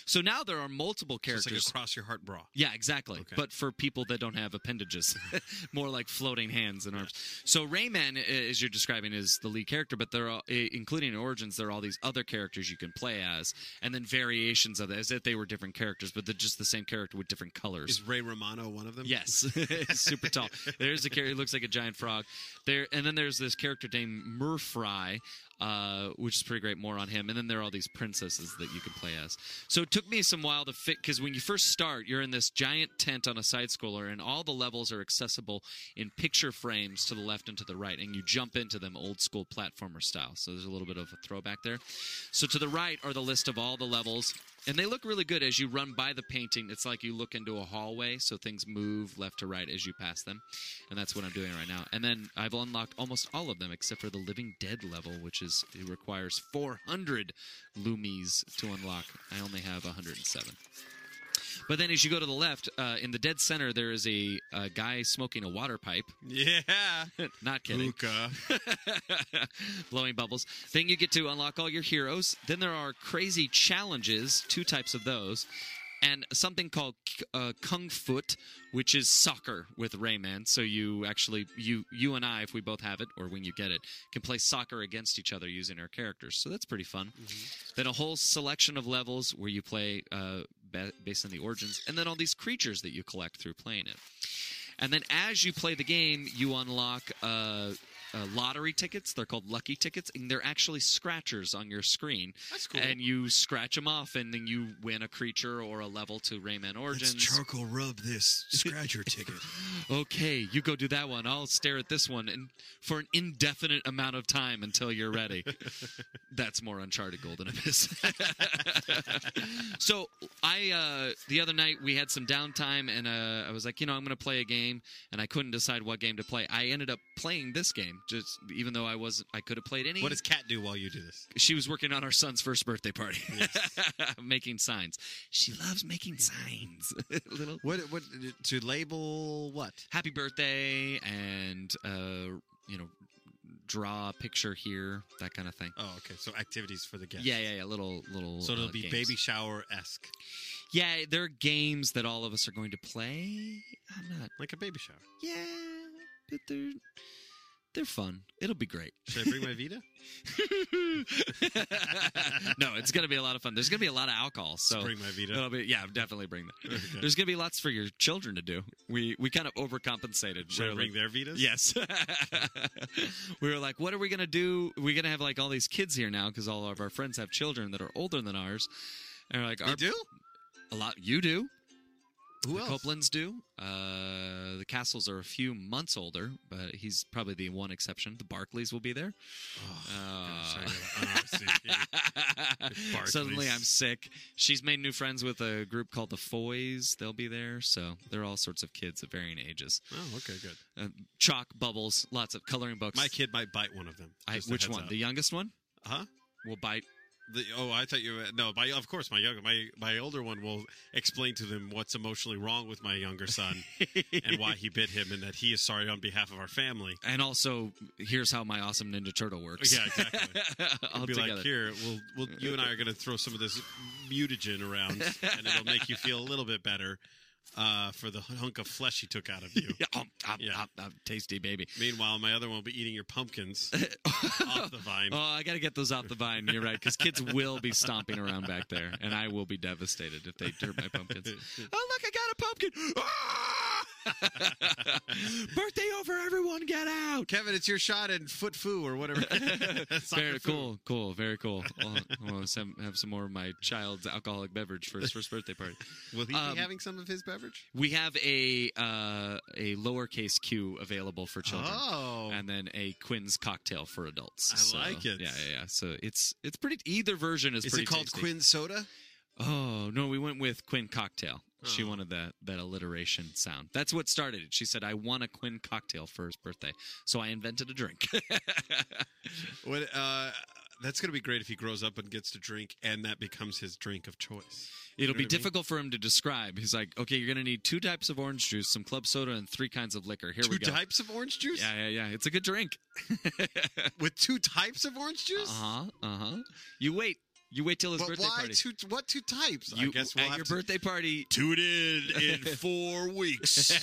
[SPEAKER 2] So now there are multiple
[SPEAKER 1] it's like
[SPEAKER 2] characters.
[SPEAKER 1] a cross your heart bra.
[SPEAKER 2] Yeah, exactly.
[SPEAKER 1] Okay.
[SPEAKER 2] But for people that don't have appendages, more like floating hands and arms. So Rayman, uh, as you're describing, is the lead character, but there are, i- including in Origins, there are all these other characters you can play as, and then variations of it, as if they were different characters, but they're just the same character with different colors.
[SPEAKER 1] Is Ray Romano one of them?
[SPEAKER 2] Yes, He's super tall. There's a character who looks like a giant frog. There, and then there's this character named Murfry, uh, which is pretty great. More on him. And then there are all these princesses. classes that you can play as. So it took me some while to fit because when you first start, you're in this giant tent on a side scroller, and all the levels are accessible in picture frames to the left and to the right, and you jump into them old school platformer style. So there's a little bit of a throwback there. So to the right are the list of all the levels. And they look really good as you run by the painting. It's like you look into a hallway, so things move left to right as you pass them. And that's what I'm doing right now. And then I've unlocked almost all of them except for the Living Dead level, which is it requires 400 Lumis to unlock. I only have 107. But then as you go to the left, uh, in the dead center, there is a, a guy smoking a water pipe.
[SPEAKER 1] Yeah.
[SPEAKER 2] Not kidding.
[SPEAKER 1] Luca.
[SPEAKER 2] blowing bubbles. Then you get to unlock all your heroes. Then there are crazy challenges, two types of those, and something called uh, kung foot, which is soccer with Rayman. So you actually you you and I, if we both have it or when you get it, can play soccer against each other using our characters. So that's pretty fun. Then a whole selection of levels where you play uh, ba- based on the origins, and then all these creatures that you collect through playing it. And then as you play the game, you unlock uh, uh, lottery tickets. They're called lucky tickets, and they're actually scratchers on your screen. That's cool. And you scratch them off, and then you win a creature or a level to Rayman Origins.
[SPEAKER 1] charcoal rub this scratcher ticket.
[SPEAKER 2] okay, you go do that one. I'll stare at this one and for an indefinite amount of time until you're ready. That's more Uncharted Golden Abyss. so I uh, the other night we had some downtime and uh, I was like, you know, I'm going to play a game, and I couldn't decide what game to play. I ended up playing this game, just even though I wasn't, I could have played any
[SPEAKER 1] What does Cat do while you do this?
[SPEAKER 2] she was working on our son's first birthday party, making signs. She loves making signs. Little
[SPEAKER 1] What? What? To label what?
[SPEAKER 2] happy birthday and uh, you know draw a picture here, that kind of thing.
[SPEAKER 1] Oh, okay. So activities for the guests.
[SPEAKER 2] Yeah, yeah, yeah. Little little.
[SPEAKER 1] So it'll
[SPEAKER 2] uh,
[SPEAKER 1] be
[SPEAKER 2] games.
[SPEAKER 1] baby shower esque,
[SPEAKER 2] Yeah, there are games that all of us are going to play. I'm not.
[SPEAKER 1] like a baby shower.
[SPEAKER 2] Yeah, but they're they're fun. It'll be great.
[SPEAKER 1] Should I bring my Vita?
[SPEAKER 2] no, it's going to be a lot of fun. There's going to be a lot of alcohol. So
[SPEAKER 1] Bring my Vita.
[SPEAKER 2] It'll be, yeah, definitely bring that. There's going to be lots for your children to do. We we kind of overcompensated.
[SPEAKER 1] Should
[SPEAKER 2] We're
[SPEAKER 1] I bring
[SPEAKER 2] like-
[SPEAKER 1] their Vitas?
[SPEAKER 2] Yes. we were like, what are we going to do? We're going to have like all these kids here now because all of our friends have children that are older than ours. And we're like,
[SPEAKER 1] They
[SPEAKER 2] our-
[SPEAKER 1] do.
[SPEAKER 2] a lot. You do.
[SPEAKER 1] Who
[SPEAKER 2] the
[SPEAKER 1] else?
[SPEAKER 2] Copelands do. Uh, the Castles are a few months older, but he's probably the one exception. The Barclays will be there.
[SPEAKER 1] Oh, Gosh, I
[SPEAKER 2] Uh,
[SPEAKER 1] gotta honestly be-
[SPEAKER 2] Suddenly
[SPEAKER 1] Barclays.
[SPEAKER 2] I'm sick. She's made new friends with a group called the Foys. They'll be there. So they're all sorts of kids of varying ages.
[SPEAKER 1] oh, okay, good.
[SPEAKER 2] Uh, chalk, bubbles, lots of coloring books.
[SPEAKER 1] My kid might bite one of them.
[SPEAKER 2] I,
[SPEAKER 1] Just a
[SPEAKER 2] which
[SPEAKER 1] heads
[SPEAKER 2] one?
[SPEAKER 1] up.
[SPEAKER 2] The youngest one
[SPEAKER 1] huh?
[SPEAKER 2] will bite.
[SPEAKER 1] The, oh, I thought you. were- No, my, of course, my younger, my my older one will explain to them what's emotionally wrong with my younger son and why he bit him, and that he is sorry on behalf of our family.
[SPEAKER 2] And also, here's how my awesome Ninja Turtle works.
[SPEAKER 1] Yeah, exactly.
[SPEAKER 2] all
[SPEAKER 1] I'll be
[SPEAKER 2] together.
[SPEAKER 1] like, here, we'll, we'll, you and I are going to throw some of this mutagen around, and it'll make you feel a little bit better uh, for the hunk of flesh he took out of you.
[SPEAKER 2] Yeah, um, um,
[SPEAKER 1] Yeah.
[SPEAKER 2] um, um, tasty baby.
[SPEAKER 1] Meanwhile, my other one will be eating your pumpkins off the vine.
[SPEAKER 2] Oh, I got to get those off the vine. You're right, because kids will be stomping around back there, and I will be devastated if they dirt my pumpkins. Oh, look, I got a pumpkin! Ah! Birthday over, everyone, get out!
[SPEAKER 1] Kevin, it's your shot in foot foo or whatever. Soccer
[SPEAKER 2] Very
[SPEAKER 1] foo.
[SPEAKER 2] cool, cool, very cool. I'll, I'll some- have some more of my child's alcoholic beverage for his first birthday party.
[SPEAKER 1] Will he
[SPEAKER 2] Um,
[SPEAKER 1] be having some of his beverage?
[SPEAKER 2] We have a uh, a lowercase Q available for children.
[SPEAKER 1] Oh.
[SPEAKER 2] and then a Quinn's cocktail for adults.
[SPEAKER 1] I like it.
[SPEAKER 2] Yeah, yeah, yeah. So it's it's pretty. Either version is.
[SPEAKER 1] Is
[SPEAKER 2] pretty
[SPEAKER 1] it called
[SPEAKER 2] tasty.
[SPEAKER 1] Quinn Soda?
[SPEAKER 2] Oh no, we went with Quinn cocktail.
[SPEAKER 1] Oh.
[SPEAKER 2] She wanted that that alliteration sound. That's what started it. She said, "I want a Quinn cocktail for his birthday," so I invented a drink.
[SPEAKER 1] What, uh, that's going to be great if he grows up and gets to drink, and that becomes his drink of choice.
[SPEAKER 2] It'll
[SPEAKER 1] what I
[SPEAKER 2] be
[SPEAKER 1] mean?
[SPEAKER 2] difficult for him to describe. He's like, "Okay, you're gonna need two types of orange juice, some club soda, and three kinds of liquor." Here
[SPEAKER 1] Two
[SPEAKER 2] we go.
[SPEAKER 1] types of orange juice?
[SPEAKER 2] Yeah, yeah, yeah. It's a good drink.
[SPEAKER 1] With two types of orange
[SPEAKER 2] Uh
[SPEAKER 1] juice?
[SPEAKER 2] huh. Uh huh. You wait. You wait till his
[SPEAKER 1] Uh-huh, But
[SPEAKER 2] birthday
[SPEAKER 1] why
[SPEAKER 2] party.
[SPEAKER 1] two? What two types?
[SPEAKER 2] you,
[SPEAKER 1] I guess we'll
[SPEAKER 2] at
[SPEAKER 1] have
[SPEAKER 2] your
[SPEAKER 1] to
[SPEAKER 2] birthday party,
[SPEAKER 1] tune in in four weeks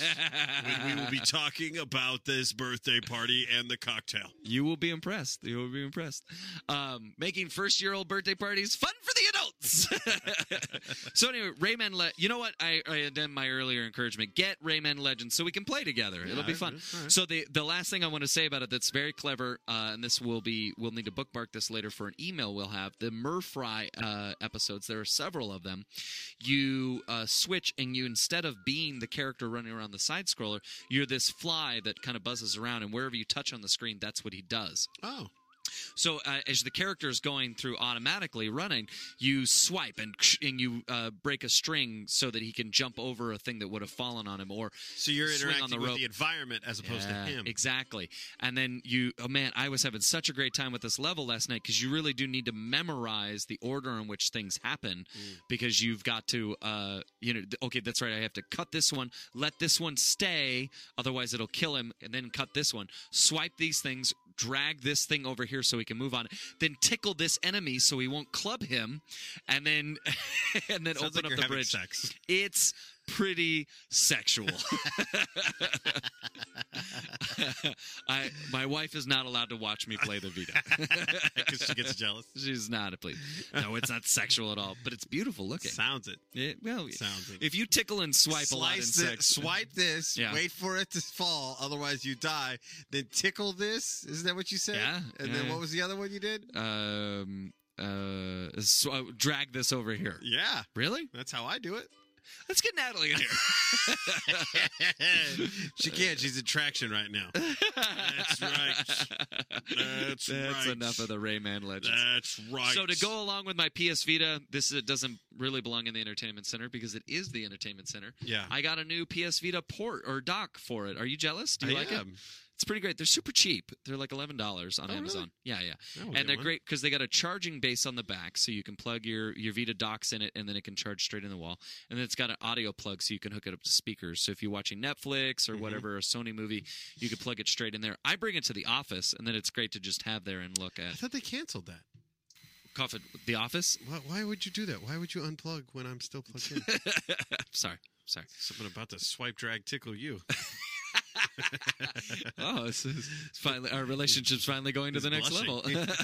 [SPEAKER 1] when we will be talking about this birthday party and the cocktail.
[SPEAKER 2] You will be impressed. You will be impressed. Um, making first year old birthday parties fun for the adults. so anyway, Rayman, Le- you know what? I, I addend my earlier encouragement. Get Rayman Legends so we can play together. It'll be fun. So the the last thing I want to say about it that's very clever, uh, and this will be we'll need to bookmark this later for an email we'll have. The Murfrost Fry uh, episodes, there are several of them. You uh, switch, and you instead of being the character running around the side scroller, you're this fly that kind of buzzes around, and wherever you touch on the screen, that's what he does.
[SPEAKER 1] Oh.
[SPEAKER 2] So uh, as the character is going through automatically running, you swipe and and you uh, break a string so that he can jump over a thing that would have fallen on him, or
[SPEAKER 1] So you're
[SPEAKER 2] swing on
[SPEAKER 1] interacting
[SPEAKER 2] the
[SPEAKER 1] with
[SPEAKER 2] rope.
[SPEAKER 1] the environment as opposed
[SPEAKER 2] Yeah,
[SPEAKER 1] to him.
[SPEAKER 2] Exactly. And then you, oh man, I was having such a great time with this level last night because you really do need to memorize the order in which things happen
[SPEAKER 1] Mm.
[SPEAKER 2] because you've got to, uh, you know, th- okay, that's right. I have to cut this one, let this one stay, otherwise it'll kill him, and then cut this one. Swipe these things, drag this thing over here so he can move on. Then tickle this enemy so he won't club him, and then and then
[SPEAKER 1] Sounds
[SPEAKER 2] open
[SPEAKER 1] like you're
[SPEAKER 2] up the
[SPEAKER 1] having
[SPEAKER 2] bridge.
[SPEAKER 1] sex.
[SPEAKER 2] It's pretty sexual. I my wife is not allowed to watch me play the Vita.
[SPEAKER 1] Because she gets jealous.
[SPEAKER 2] She's not a please. No, it's not sexual at all, but it's beautiful looking.
[SPEAKER 1] Sounds it.
[SPEAKER 2] Yeah, well,
[SPEAKER 1] Sounds it.
[SPEAKER 2] if you tickle and swipe a lot in
[SPEAKER 3] Slice
[SPEAKER 2] sex,
[SPEAKER 3] this, swipe this,
[SPEAKER 2] Yeah.
[SPEAKER 3] wait for it to fall, otherwise you die. Then tickle this, isn't that what you said?
[SPEAKER 2] Yeah,
[SPEAKER 3] And
[SPEAKER 2] yeah,
[SPEAKER 3] then
[SPEAKER 2] yeah.
[SPEAKER 3] what was the other one you did?
[SPEAKER 2] um, uh, sw- uh, drag this over here.
[SPEAKER 3] Yeah,
[SPEAKER 2] Really?
[SPEAKER 3] that's how I do it.
[SPEAKER 2] Let's get Natalie in here.
[SPEAKER 1] she can't. She's in traction right now. That's right. That's, right.
[SPEAKER 2] That's enough of the Rayman legends.
[SPEAKER 1] That's right.
[SPEAKER 2] So to go along with my PS Vita, this uh, doesn't really belong in the entertainment center because it is the entertainment center.
[SPEAKER 1] Yeah.
[SPEAKER 2] I got a new PS Vita port or dock for it. Are you jealous? Do you
[SPEAKER 1] I
[SPEAKER 2] like it?
[SPEAKER 1] am. Oh,
[SPEAKER 2] It's pretty great. They're super cheap. They're like eleven dollars on Amazon. Yeah, yeah.
[SPEAKER 1] I will get
[SPEAKER 2] and they're
[SPEAKER 1] Oh, one.
[SPEAKER 2] great because they got a charging base on the back, so you can plug your your Vita docks in it, and then it can charge straight in the wall. And then it's got an audio plug, so you can hook it up to speakers. So if you're watching Netflix
[SPEAKER 1] Mm-hmm.
[SPEAKER 2] or whatever, a Sony movie, you can plug it straight in there. I bring it to the office, and then it's great to just have there and look
[SPEAKER 3] I
[SPEAKER 2] at.
[SPEAKER 3] thought they canceled that.
[SPEAKER 2] Cough it. The office.
[SPEAKER 3] Why, why would you do that? Why would you unplug when I'm still plugged in?
[SPEAKER 2] sorry, sorry.
[SPEAKER 1] Something about to swipe, drag, tickle you.
[SPEAKER 2] Oh, this is it's finally our relationship's finally going to
[SPEAKER 1] He's
[SPEAKER 2] the next
[SPEAKER 1] blushing.
[SPEAKER 2] level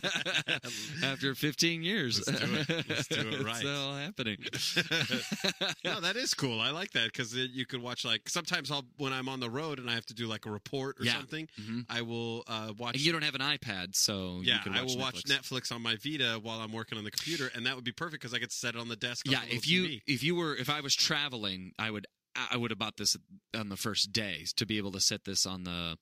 [SPEAKER 2] after 15 years.
[SPEAKER 1] Let's do it. Let's do it right.
[SPEAKER 2] it's all happening.
[SPEAKER 1] no, that is cool. I like that because you can watch like sometimes I'll when I'm on the road and I have to do like a report or
[SPEAKER 2] Yeah.
[SPEAKER 1] something.
[SPEAKER 2] Mhm.
[SPEAKER 1] I will uh, watch.
[SPEAKER 2] And you don't have an iPad, so
[SPEAKER 1] yeah,
[SPEAKER 2] you can watch
[SPEAKER 1] I will watch
[SPEAKER 2] Netflix.
[SPEAKER 1] Netflix on my Vita while I'm working on the computer, and that would be perfect because I could set it on the desk. on
[SPEAKER 2] Yeah,
[SPEAKER 1] the little
[SPEAKER 2] if you
[SPEAKER 1] TV.
[SPEAKER 2] if you were if I was traveling, I would I would have bought this on the first day to be able to set this on the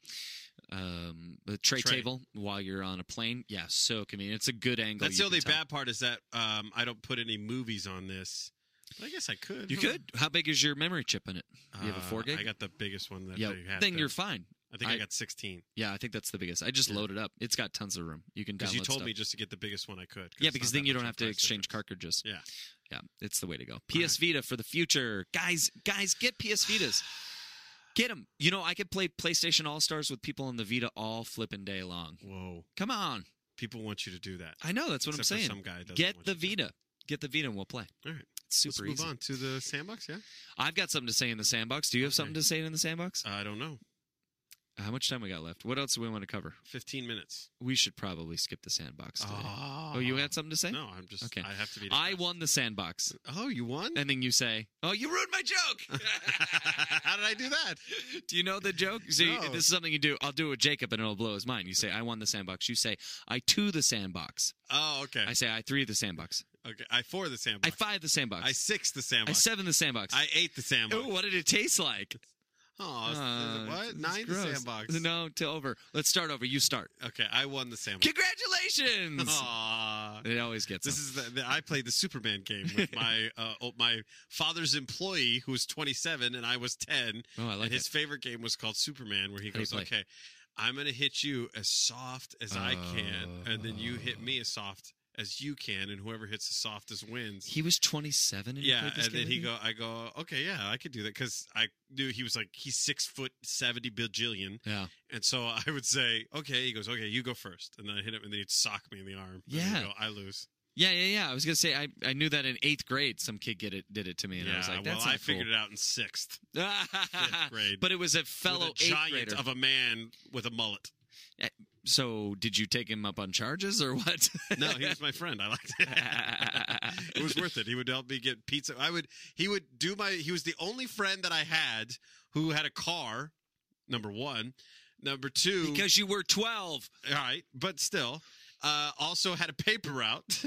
[SPEAKER 2] um the tray,
[SPEAKER 1] Tray.
[SPEAKER 2] table while you're on a plane. Yeah, so convenient. It's a good angle.
[SPEAKER 1] That's
[SPEAKER 2] you
[SPEAKER 1] the only
[SPEAKER 2] can tell.
[SPEAKER 1] bad part is that um, I don't put any movies on this. But I guess I could.
[SPEAKER 2] You could. How big is your memory chip in it? You have a
[SPEAKER 1] Uh,
[SPEAKER 2] four gig.
[SPEAKER 1] I got the biggest one that
[SPEAKER 2] yeah,
[SPEAKER 1] they had.
[SPEAKER 2] then
[SPEAKER 1] there.
[SPEAKER 2] you're fine.
[SPEAKER 1] I think I,
[SPEAKER 2] I-
[SPEAKER 1] got 16
[SPEAKER 2] Yeah, I think that's the biggest. I just loaded up. It's got tons of room. You can download
[SPEAKER 1] because you told
[SPEAKER 2] stuff.
[SPEAKER 1] me just to get the biggest one I could.
[SPEAKER 2] yeah,
[SPEAKER 1] it's
[SPEAKER 2] because
[SPEAKER 1] not
[SPEAKER 2] then
[SPEAKER 1] that
[SPEAKER 2] you
[SPEAKER 1] much
[SPEAKER 2] don't
[SPEAKER 1] of a
[SPEAKER 2] have to
[SPEAKER 1] price
[SPEAKER 2] exchange
[SPEAKER 1] difference.
[SPEAKER 2] cartridges.
[SPEAKER 1] Yeah.
[SPEAKER 2] Yeah, it's the way to go. PS Vita for the future, guys. Guys, get PS Vitas. Get them. You know, I could play PlayStation All Stars with people on the Vita all flipping day long.
[SPEAKER 1] Whoa.
[SPEAKER 2] Come on.
[SPEAKER 1] People want you to do that.
[SPEAKER 2] I know that's what
[SPEAKER 1] Except for
[SPEAKER 2] I'm saying.
[SPEAKER 1] some guy doesn't
[SPEAKER 2] get
[SPEAKER 1] want
[SPEAKER 2] the
[SPEAKER 1] you to.
[SPEAKER 2] Vita. Get the Vita and we'll play.
[SPEAKER 1] All right.
[SPEAKER 2] It's super
[SPEAKER 3] Let's move
[SPEAKER 2] easy.
[SPEAKER 3] on to the sandbox, yeah?
[SPEAKER 2] I've got something to say in the sandbox. Do you have something to say in the sandbox?
[SPEAKER 1] Uh, I don't know.
[SPEAKER 2] How much time we got left? What else do we want to cover?
[SPEAKER 1] 15 minutes.
[SPEAKER 2] We should probably skip the sandbox today. Oh, you had something to say?
[SPEAKER 1] Ah. No, I'm just.
[SPEAKER 2] Okay.
[SPEAKER 1] I have to be.
[SPEAKER 2] I
[SPEAKER 1] depressed.
[SPEAKER 2] won the sandbox.
[SPEAKER 3] Oh, you won?
[SPEAKER 2] And then you say, Oh, you ruined my joke.
[SPEAKER 3] How did I do that?
[SPEAKER 2] do you know the joke? So you-
[SPEAKER 3] No.
[SPEAKER 2] this is something you do. I'll do it with Jacob and it'll blow his mind. You say, I won the sandbox. You say, I two the sandbox.
[SPEAKER 1] Oh, okay.
[SPEAKER 2] I say, I three the sandbox.
[SPEAKER 1] okay. I four the
[SPEAKER 2] I
[SPEAKER 1] sandbox.
[SPEAKER 2] five the sandbox.
[SPEAKER 1] I six the
[SPEAKER 2] I
[SPEAKER 1] sandbox.
[SPEAKER 2] seven the sandbox.
[SPEAKER 1] I ate the sandbox.
[SPEAKER 2] Ooh, what did it taste like?
[SPEAKER 1] Oh, it's-
[SPEAKER 2] Uh,
[SPEAKER 1] what?
[SPEAKER 2] it's
[SPEAKER 1] Nine the
[SPEAKER 2] gross.
[SPEAKER 1] sandbox. Oh.
[SPEAKER 2] No, to over. Let's start over. You start.
[SPEAKER 1] Okay, I won the sandbox.
[SPEAKER 2] Congratulations.
[SPEAKER 1] Aw.
[SPEAKER 2] It always gets
[SPEAKER 1] Oh. This
[SPEAKER 2] them.
[SPEAKER 1] is the, the I played the Superman game with my uh, oh, my father's employee who was 27 and I was 10.
[SPEAKER 2] Oh, I like
[SPEAKER 1] and his
[SPEAKER 2] it.
[SPEAKER 1] favorite game was called Superman, where he
[SPEAKER 2] do you
[SPEAKER 1] goes,
[SPEAKER 2] play?
[SPEAKER 1] "Okay, I'm gonna hit you as soft as I can,
[SPEAKER 2] Oh.
[SPEAKER 1] and then you hit me as soft as you can, and whoever hits the softest wins."
[SPEAKER 2] He was 27 and he
[SPEAKER 1] yeah,
[SPEAKER 2] played this
[SPEAKER 1] and then
[SPEAKER 2] game
[SPEAKER 1] he
[SPEAKER 2] with
[SPEAKER 1] go, I go, okay, yeah, I could do that because I knew he was like he's six foot seventy bajillion,
[SPEAKER 2] you? Yeah.
[SPEAKER 1] and so I would say, okay, he goes, okay, you go first, and then I hit him, and then he'd sock me in the arm. and then
[SPEAKER 2] Yeah.
[SPEAKER 1] go, I lose.
[SPEAKER 2] Yeah, yeah, yeah. I was gonna say I, I knew that in eighth grade some kid get it did it to me, and I was like,
[SPEAKER 1] well,
[SPEAKER 2] that's
[SPEAKER 1] I
[SPEAKER 2] not cool."
[SPEAKER 1] figured it out in sixth. fifth grade
[SPEAKER 2] but it was a fellow
[SPEAKER 1] with a
[SPEAKER 2] eighth
[SPEAKER 1] giant
[SPEAKER 2] grader.
[SPEAKER 1] of a man with a mullet.
[SPEAKER 2] so did you take him up on charges or what?
[SPEAKER 1] No, he was my friend. I liked it. it was worth it. He would help me get pizza. I would. He would do my. He was the only friend that I had who had a car. Number one. Number two.
[SPEAKER 2] because you were twelve.
[SPEAKER 1] all right, but still. uh, also had a paper route.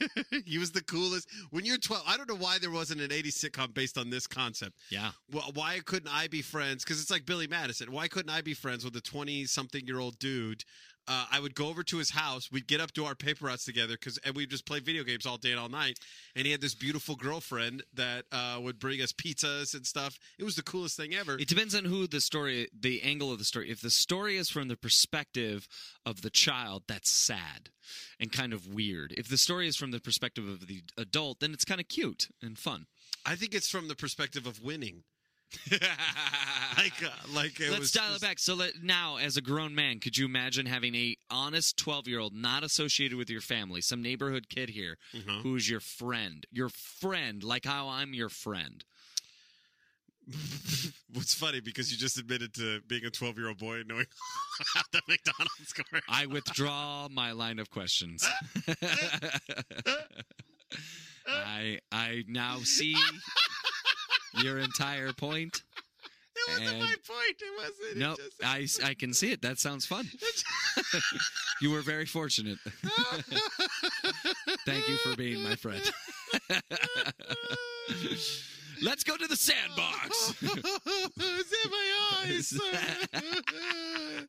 [SPEAKER 1] he was the coolest. When you're 12, I don't know why there wasn't an 80s sitcom based on this concept.
[SPEAKER 2] Yeah.
[SPEAKER 1] Wh- Why couldn't I be friends? Because it's like Billy Madison. Why couldn't I be friends with a 20 something year old dude? Uh, I would go over to his house. We'd get up to our paper routes together, cause, and we'd just play video games all day and all night. And he had this beautiful girlfriend that uh, would bring us pizzas and stuff. It was the coolest thing ever.
[SPEAKER 2] It depends on who the story, the angle of the story. If the story is from the perspective of the child, that's sad and kind of weird. If the story is from the perspective of the adult, then it's kind of cute and fun.
[SPEAKER 1] I think it's from the perspective of winning. Like, uh, like it
[SPEAKER 2] Let's
[SPEAKER 1] was,
[SPEAKER 2] dial it back. So let, now, as a grown man, could you imagine having a honest twelve-year-old, not associated with your family, some neighborhood kid here,
[SPEAKER 1] Mm-hmm.
[SPEAKER 2] who's your friend, your friend, like how I'm your friend?
[SPEAKER 1] What's funny because you just admitted to being a 12 year old boy and knowing how the McDonald's score.
[SPEAKER 2] I withdraw my line of questions. I I now see your entire point.
[SPEAKER 1] It wasn't
[SPEAKER 2] And-
[SPEAKER 1] my point. It wasn't.
[SPEAKER 2] No,
[SPEAKER 1] It just-
[SPEAKER 2] I, I can see it. That sounds fun. you were very fortunate. Thank you for being my friend. Let's go to the sandbox.
[SPEAKER 1] it's in my eyes. I ate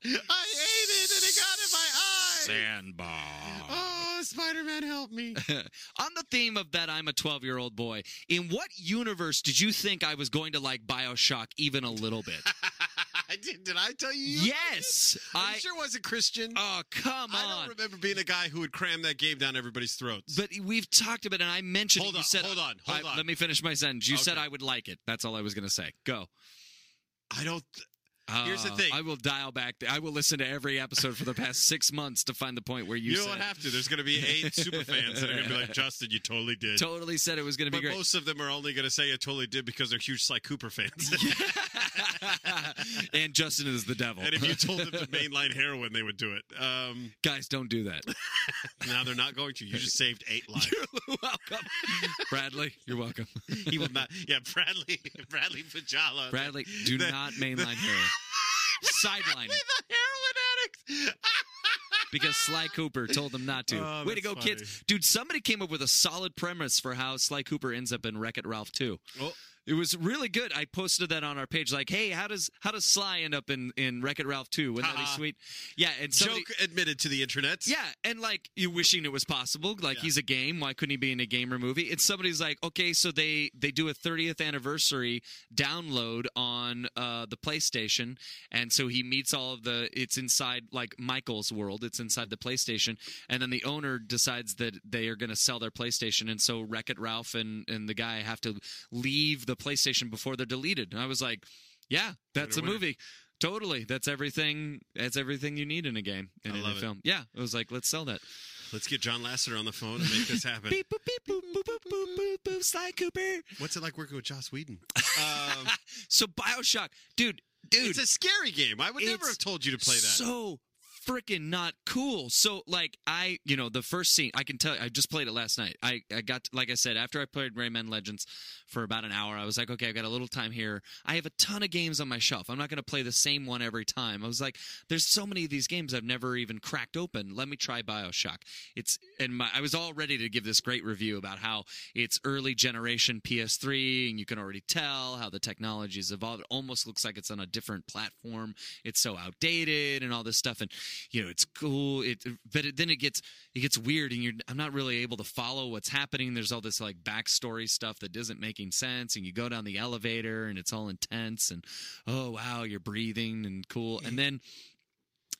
[SPEAKER 1] it and it got in my eyes.
[SPEAKER 2] Sandbox.
[SPEAKER 1] Oh, Spider Man, help me.
[SPEAKER 2] On the theme of that, I'm a 12 year old boy. In what universe did you think I was going to like Bioshock even a little bit?
[SPEAKER 1] I did, did I tell you? you-
[SPEAKER 2] yes,
[SPEAKER 1] I
[SPEAKER 2] I.
[SPEAKER 1] sure wasn't Christian.
[SPEAKER 2] Oh come
[SPEAKER 1] I don't
[SPEAKER 2] on!
[SPEAKER 1] remember being a guy who would cram that game down everybody's throats.
[SPEAKER 2] But we've talked about it, and I mentioned
[SPEAKER 1] Hold
[SPEAKER 2] it. You
[SPEAKER 1] on,
[SPEAKER 2] said,
[SPEAKER 1] hold on, hold
[SPEAKER 2] I-
[SPEAKER 1] on.
[SPEAKER 2] Let me finish my sentence. You said
[SPEAKER 1] Okay.
[SPEAKER 2] I would like it. That's all I was going to say. Go.
[SPEAKER 1] I don't. Here's the
[SPEAKER 2] Uh,
[SPEAKER 1] thing.
[SPEAKER 2] I will dial back. I will listen to every episode for the past six months to find the point where you,
[SPEAKER 1] You,
[SPEAKER 2] said,
[SPEAKER 1] don't have to. There's going to be eight super fans that are going to be like, Justin, you totally did.
[SPEAKER 2] totally said it was going to be
[SPEAKER 1] but
[SPEAKER 2] great.
[SPEAKER 1] most of them are only going to say it totally did because they're huge Sly Cooper fans.
[SPEAKER 2] and Justin is the devil.
[SPEAKER 1] and if you told them to mainline heroin, they would do it. Um,
[SPEAKER 2] Guys, don't do that.
[SPEAKER 1] now they're not going to. You just saved eight lives.
[SPEAKER 2] welcome, Bradley. You're welcome,
[SPEAKER 1] he will not. Yeah, Bradley. Bradley Pajala.
[SPEAKER 2] Bradley. Do
[SPEAKER 1] The-
[SPEAKER 2] not mainline heroin. Sideline it
[SPEAKER 1] The heroin addicts.
[SPEAKER 2] because Sly Cooper told them not to.
[SPEAKER 1] Oh,
[SPEAKER 2] Way to
[SPEAKER 1] that's
[SPEAKER 2] go,
[SPEAKER 1] funny.
[SPEAKER 2] kids! Dude, somebody came up with a solid premise for how Sly Cooper ends up in Wreck It Ralph too.
[SPEAKER 1] Oh.
[SPEAKER 2] It was really good. I posted that on our page. Like, hey, how does how does Sly end up in in Wreck It Ralph 2? Wouldn't that
[SPEAKER 1] Uh-uh.
[SPEAKER 2] be sweet? Yeah, and somebody,
[SPEAKER 1] Joke admitted to the internet.
[SPEAKER 2] Yeah, and like you wishing it was possible. Like he's a game. Why couldn't he be in a game or movie? And somebody's like, okay, so they they do a 30th anniversary download on uh, the PlayStation, and so he meets all of the. It's inside like Michael's world. It's inside the PlayStation, and then the owner decides that they are going to sell their PlayStation, and so Wreck It Ralph and and the guy have to leave the PlayStation before they're deleted. And I was like, yeah, that's a movie. Totally, that's everything. That's everything you need in a game and
[SPEAKER 1] I
[SPEAKER 2] in
[SPEAKER 1] love
[SPEAKER 2] a
[SPEAKER 1] it.
[SPEAKER 2] film. Yeah, it was like, let's sell that.
[SPEAKER 1] Let's get John Lasseter on the phone and make this happen.
[SPEAKER 2] Beep, boop, beep, boop, boop, boop, boop, boop, boop, Sly Cooper.
[SPEAKER 1] What's it like working with Joss Whedon? Um,
[SPEAKER 2] So Bioshock, dude, dude,
[SPEAKER 1] It's a scary game. I would never
[SPEAKER 2] It's
[SPEAKER 1] have told you to play that.
[SPEAKER 2] so freaking not cool. So like I, you know, the first scene, I can tell you, I just played it last night. I, I got, like I said, after I played Rayman Legends for about an hour, I was like, okay, I've got a little time here. I have a ton of games on my shelf. I'm not going to play the same one every time. I was like, there's so many of these games I've never even cracked open. Let me try Bioshock. It's, and my, I was all ready to give this great review about how it's early generation PS3 and you can already tell how the technology's evolved. It almost looks like it's on a different platform. It's so outdated and all this stuff. And, you know, it's cool. It, but it, then it gets, it gets weird and you're, I'm not really able to follow what's happening. There's all this like backstory stuff that isn't making sense. And you go down the elevator and it's all intense and, oh, wow, you're breathing and cool. And then,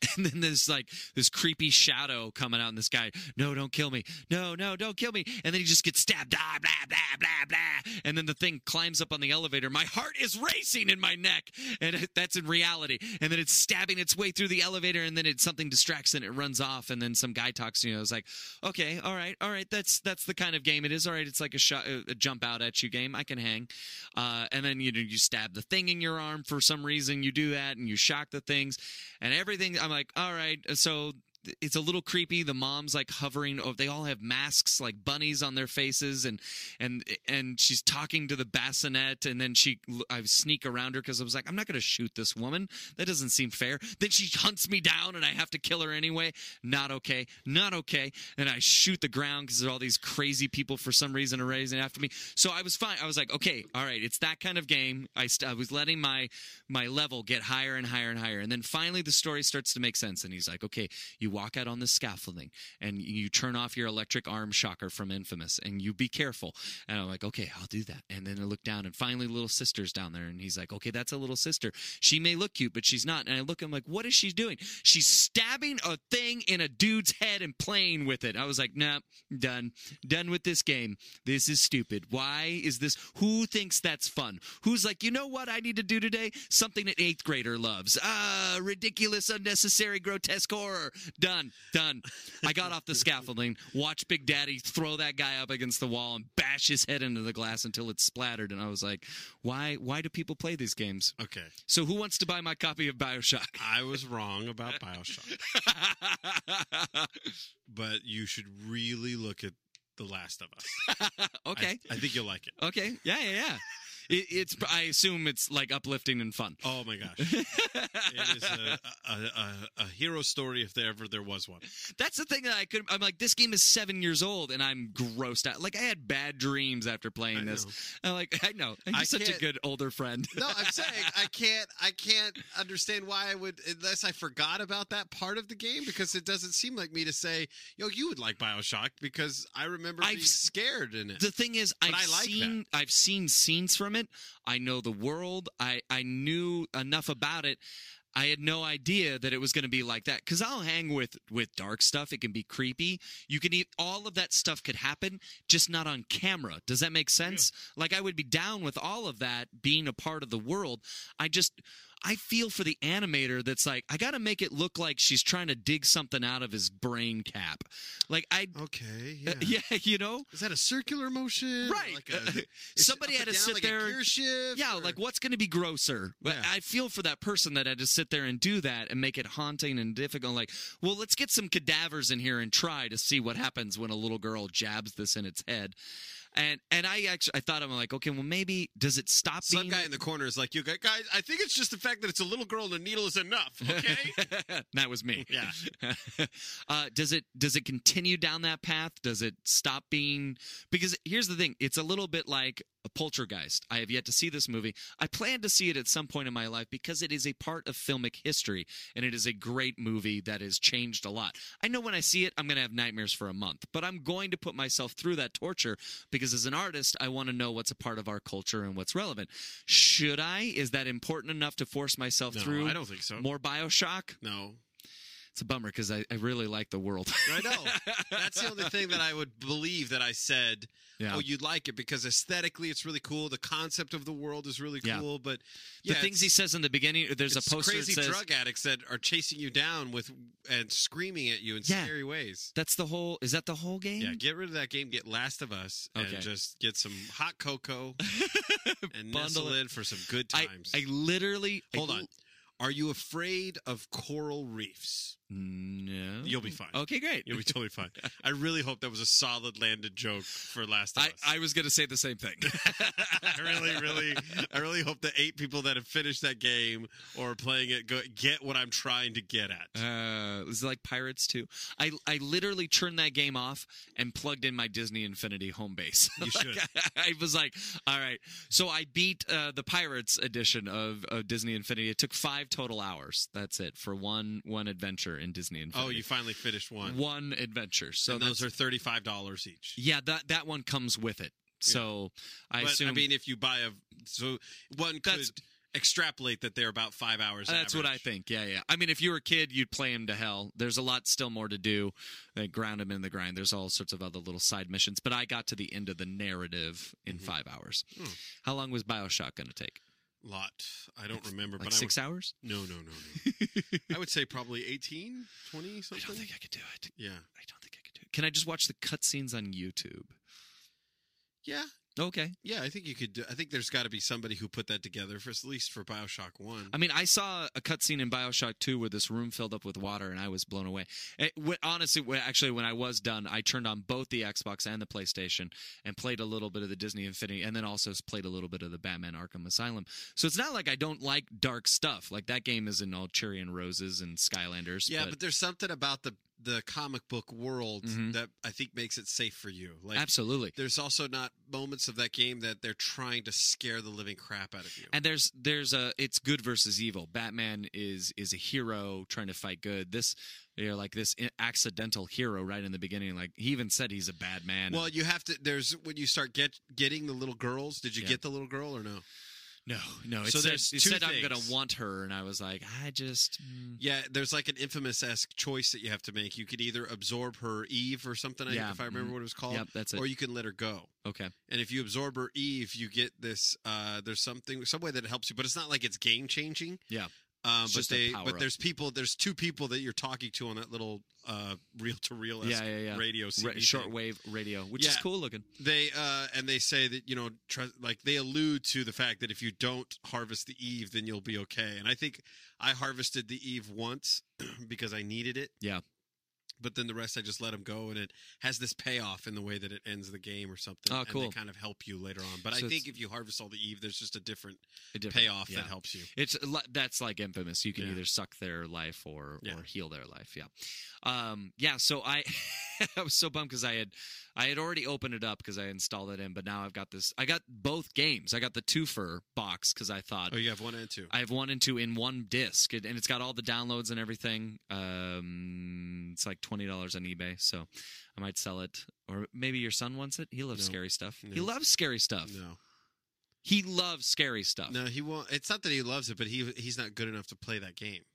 [SPEAKER 2] and then there's like this creepy shadow coming out, and this guy, no, don't kill me, no, no, don't kill me, and then he just gets stabbed, ah, blah, blah, blah, blah, and then the thing climbs up on the elevator. My heart is racing in my neck, and it- that's in reality. And then it's stabbing its way through the elevator, and then it something distracts and it runs off, and then some guy talks to you. I was like, okay, all right, all right, that's that's the kind of game it is. All right, it's like a, shot, a jump out at you game. I can hang, uh, and then you know you stab the thing in your arm for some reason. You do that, and you shock the things and everything. I'm like, all right, Uh, so it's a little creepy. The mom's like hovering. Oh, they all have masks like bunnies on their faces, and and and she's talking to the bassinet, and then she I sneak around her because I was like, I'm not going to shoot this woman. That doesn't seem fair. Then she hunts me down, and I have to kill her anyway. Not okay. Not okay. And I shoot the ground because there's all these crazy people for some reason are raising after me. So I was fine. I was like, okay, all right, it's that kind of game. I, st- I was letting my my level get higher and higher and higher, and then finally the story starts to make sense. And he's like, okay, you walk out on the scaffolding and you turn off your electric arm shocker from Infamous, and you be careful. And I'm like, okay, I'll do that. And then I look down, and finally little sister's down there, and he's like, okay, that's a little sister. She may look cute, but she's not. And I look, I'm like, what is she doing? She's stabbing a thing in a dude's head and playing with it. I was like, nah, done, done with this game. This is stupid. Why is this? Who thinks that's fun? Who's like, you know what I need to do today? Something an eighth grader loves. Ah, ridiculous, unnecessary, grotesque horror. Done, done. I got off the scaffolding. Watch Big Daddy throw that guy up against the wall and bash his head into the glass until it splattered. And I was like, why? Why do people play these games?
[SPEAKER 1] Okay.
[SPEAKER 2] So who wants to buy my copy of Bioshock?
[SPEAKER 1] I was wrong about Bioshock. but you should really look at The Last of Us.
[SPEAKER 2] okay.
[SPEAKER 1] I, I think you'll like it.
[SPEAKER 2] Okay. Yeah, yeah, yeah. It, it's. I assume it's like uplifting and fun.
[SPEAKER 1] Oh my gosh! it is a, a, a, a hero story if there ever there was one.
[SPEAKER 2] That's the thing that I could. I'm like, this game is seven years old, and I'm grossed out. Like I had bad dreams after playing
[SPEAKER 1] I
[SPEAKER 2] this. I'm like, I know. I'm
[SPEAKER 1] I
[SPEAKER 2] such a
[SPEAKER 1] can't-
[SPEAKER 2] good older friend.
[SPEAKER 1] No, I'm saying I can't. I can't understand why I would unless I forgot about that part of the game because it doesn't seem like me to say, "Yo, you would like Bioshock," because I remember
[SPEAKER 2] I've
[SPEAKER 1] being
[SPEAKER 2] s-
[SPEAKER 1] scared in it.
[SPEAKER 2] The thing is, I've
[SPEAKER 1] I like
[SPEAKER 2] seen I've seen scenes from it. I know the world. I I knew enough about it. I had no idea that it was going to be like that because I'll hang with with dark stuff. It can be creepy. You can eat all of that stuff could happen, just not on camera. Does that make sense? Like I would be down with all of that being a part of the world. I just I feel for the animator that's like I got to make it look like she's trying to dig something out of his brain cap. Like I
[SPEAKER 1] okay. Yeah.
[SPEAKER 2] uh, yeah, you know.
[SPEAKER 1] Is that a circular motion?
[SPEAKER 2] Right.
[SPEAKER 1] Like a, is it
[SPEAKER 2] Somebody
[SPEAKER 1] up
[SPEAKER 2] had
[SPEAKER 1] and
[SPEAKER 2] to
[SPEAKER 1] down
[SPEAKER 2] sit
[SPEAKER 1] like
[SPEAKER 2] there-
[SPEAKER 1] A gear shift
[SPEAKER 2] Yeah,
[SPEAKER 1] or-
[SPEAKER 2] like what's going to be grosser? But
[SPEAKER 1] Yeah.
[SPEAKER 2] I feel for that person that had to sit there and do that and make it haunting and difficult. Like, well, let's get some cadavers in here and try to see what happens when a little girl jabs this in its head. And and I actually I thought I'm like, okay, well maybe does it stop
[SPEAKER 1] Some
[SPEAKER 2] being
[SPEAKER 1] guy in the corner is like, "You guys, guys, I think it's just the fact that it's a little girl and a needle is enough." Okay.
[SPEAKER 2] that was me.
[SPEAKER 1] Yeah.
[SPEAKER 2] uh, does it does it continue down that path? Does it stop being? Because here's the thing: it's a little bit like a poltergeist. I have yet to see this movie. I plan to see it at some point in my life because it is a part of filmic history, and it is a great movie that has changed a lot. I know when I see it, I'm going to have nightmares for a month, but I'm going to put myself through that torture because as an artist, I want to know what's a part of our culture and what's relevant. Should I? Is that important enough to force myself
[SPEAKER 1] No,
[SPEAKER 2] through?
[SPEAKER 1] I don't think so.
[SPEAKER 2] More Bioshock.
[SPEAKER 1] no.
[SPEAKER 2] It's a bummer because I, I really like the world.
[SPEAKER 1] I know. That's the only thing that I would believe that I said.
[SPEAKER 2] Yeah.
[SPEAKER 1] Oh, you'd like it because aesthetically it's really cool. The concept of the world is really
[SPEAKER 2] Yeah.
[SPEAKER 1] cool. But yeah,
[SPEAKER 2] the things he
[SPEAKER 1] it's-
[SPEAKER 2] says in the beginning, there's a
[SPEAKER 1] it's
[SPEAKER 2] poster
[SPEAKER 1] crazy
[SPEAKER 2] that says
[SPEAKER 1] drug addicts that are chasing you down with and screaming at you in
[SPEAKER 2] Yeah.
[SPEAKER 1] scary ways.
[SPEAKER 2] that's the whole. Is that the whole game?
[SPEAKER 1] Yeah, get rid of that game. Get Last of Us
[SPEAKER 2] Okay.
[SPEAKER 1] and just get some hot cocoa and
[SPEAKER 2] Bundle
[SPEAKER 1] nestle
[SPEAKER 2] it.
[SPEAKER 1] in for some good
[SPEAKER 2] I
[SPEAKER 1] times.
[SPEAKER 2] I literally
[SPEAKER 1] Hold
[SPEAKER 2] I-
[SPEAKER 1] on. Are you afraid of coral reefs?
[SPEAKER 2] No,
[SPEAKER 1] You'll be fine.
[SPEAKER 2] Okay, great.
[SPEAKER 1] You'll be totally fine. I really hope that was a solid landed joke for Last of
[SPEAKER 2] I,
[SPEAKER 1] Us.
[SPEAKER 2] I was gonna say the same thing.
[SPEAKER 1] I really, really, I really hope the eight people that have finished that game or are playing it go, get what I'm trying to get at.
[SPEAKER 2] Uh, it was like Pirates too. I I literally turned that game off and plugged in my Disney Infinity home base.
[SPEAKER 1] You should.
[SPEAKER 2] I was like, all right. So I beat uh, the Pirates edition of, of Disney Infinity. It took five total hours. That's it for one one adventure in Disney Infinity.
[SPEAKER 1] oh, you finally finished one.
[SPEAKER 2] one adventure. So
[SPEAKER 1] so those
[SPEAKER 2] that's-
[SPEAKER 1] are thirty five dollars each.
[SPEAKER 2] yeah, that that one comes with it. So I
[SPEAKER 1] but,
[SPEAKER 2] assume
[SPEAKER 1] I mean, if you buy a so one could
[SPEAKER 2] That's-
[SPEAKER 1] extrapolate that they're about five hours.
[SPEAKER 2] that's what I
[SPEAKER 1] average.
[SPEAKER 2] think. Yeah, yeah. I mean, if you were a kid, you'd play him to hell. There's a lot still more to do. They ground him in the grind. There's all sorts of other little side missions. But I got to the end of the narrative in five hours. How long was Bioshock going to take?
[SPEAKER 1] Lot. I don't remember,
[SPEAKER 2] Like
[SPEAKER 1] but
[SPEAKER 2] six
[SPEAKER 1] I would,
[SPEAKER 2] hours?
[SPEAKER 1] No, no, no, no. I would say probably 18, 20
[SPEAKER 2] I
[SPEAKER 1] something.
[SPEAKER 2] don't think I could do it.
[SPEAKER 1] yeah,
[SPEAKER 2] I don't think I could do it. Can I just watch the cutscenes on YouTube?
[SPEAKER 1] yeah.
[SPEAKER 2] Okay.
[SPEAKER 1] Yeah, I think you could. Do, I think there's got to be somebody who put that together for at least for Bioshock One.
[SPEAKER 2] I mean, I saw a cutscene in Bioshock 2 where this room filled up with water, and I was blown away. It, wh- honestly, wh- actually, when I was done, I turned on both the Xbox and the PlayStation and played a little bit of the Disney Infinity, and then also s- played a little bit of the Batman Arkham Asylum. So it's not like I don't like dark stuff. Like that game isn't all cherry and roses and Skylanders.
[SPEAKER 1] yeah, but, there's something about the the comic book world
[SPEAKER 2] Mhm.
[SPEAKER 1] that I think makes it safe for you. Like
[SPEAKER 2] absolutely.
[SPEAKER 1] There's also not moments of that game that they're trying to scare the living crap out of you.
[SPEAKER 2] And there's there's a it's good versus evil. Batman is is a hero trying to fight good. This you're like this i- accidental hero right in the beginning. Like he even said he's a bad man.
[SPEAKER 1] well, you have to. There's when you start get getting the little girls. Did you
[SPEAKER 2] Yeah.
[SPEAKER 1] get the little girl or no?
[SPEAKER 2] no, no. It
[SPEAKER 1] So
[SPEAKER 2] said,
[SPEAKER 1] there's
[SPEAKER 2] it
[SPEAKER 1] two
[SPEAKER 2] said I'm gonna
[SPEAKER 1] things.
[SPEAKER 2] want her, and I was like, I just mm,
[SPEAKER 1] Yeah, there's like an infamous esque choice that you have to make. You could either absorb her Eve or something. I-
[SPEAKER 2] Yeah,
[SPEAKER 1] if I remember
[SPEAKER 2] mhm.
[SPEAKER 1] what it was called.
[SPEAKER 2] Yep, that's it.
[SPEAKER 1] Or you can let her go.
[SPEAKER 2] okay.
[SPEAKER 1] And if you absorb her Eve, you get this. Uh, there's something, some way that it helps you, but it's not like it's game changing.
[SPEAKER 2] Yeah.
[SPEAKER 1] Um,
[SPEAKER 2] It's
[SPEAKER 1] but
[SPEAKER 2] just a
[SPEAKER 1] they,
[SPEAKER 2] power-up.
[SPEAKER 1] but there's people, there's two people that you're talking to on that little uh, reel to reel
[SPEAKER 2] Yeah, yeah, yeah.
[SPEAKER 1] radio CD
[SPEAKER 2] Ra-
[SPEAKER 1] thing.
[SPEAKER 2] shortwave radio, which is
[SPEAKER 1] Yeah.
[SPEAKER 2] cool looking.
[SPEAKER 1] They uh, and they say that you know, tr- like they allude to the fact that if you don't harvest the Eve, then you'll be okay. And I think I harvested the Eve once because I needed it.
[SPEAKER 2] Yeah.
[SPEAKER 1] But then the rest, I just let them go, and it has this payoff in the way that it ends the game or something.
[SPEAKER 2] Oh,
[SPEAKER 1] and
[SPEAKER 2] cool.
[SPEAKER 1] they kind of help you later on. But
[SPEAKER 2] So
[SPEAKER 1] I
[SPEAKER 2] it's-
[SPEAKER 1] think if you harvest all the Eve, there's just a different
[SPEAKER 2] A different-
[SPEAKER 1] payoff
[SPEAKER 2] yeah.
[SPEAKER 1] that helps you.
[SPEAKER 2] It's li- that's like infamous. You can
[SPEAKER 1] Yeah.
[SPEAKER 2] either suck their life or
[SPEAKER 1] Yeah.
[SPEAKER 2] or heal their life. Yeah, um, yeah. So I I was so bummed because I had I had already opened it up because I installed it in, but now I've got this. I got both games. I got the twofer box because I thought
[SPEAKER 1] Oh, you have one and two.
[SPEAKER 2] I have one and two in one disc, It- and it's got all the downloads and everything. Um, it's like twenty dollars on eBay, so I might sell it, or maybe your son wants it. He loves
[SPEAKER 1] No.
[SPEAKER 2] scary stuff. He
[SPEAKER 1] No.
[SPEAKER 2] loves scary stuff.
[SPEAKER 1] no,
[SPEAKER 2] He loves scary stuff.
[SPEAKER 1] no, he won't. It's not that he loves it, but he he's not good enough to play that game.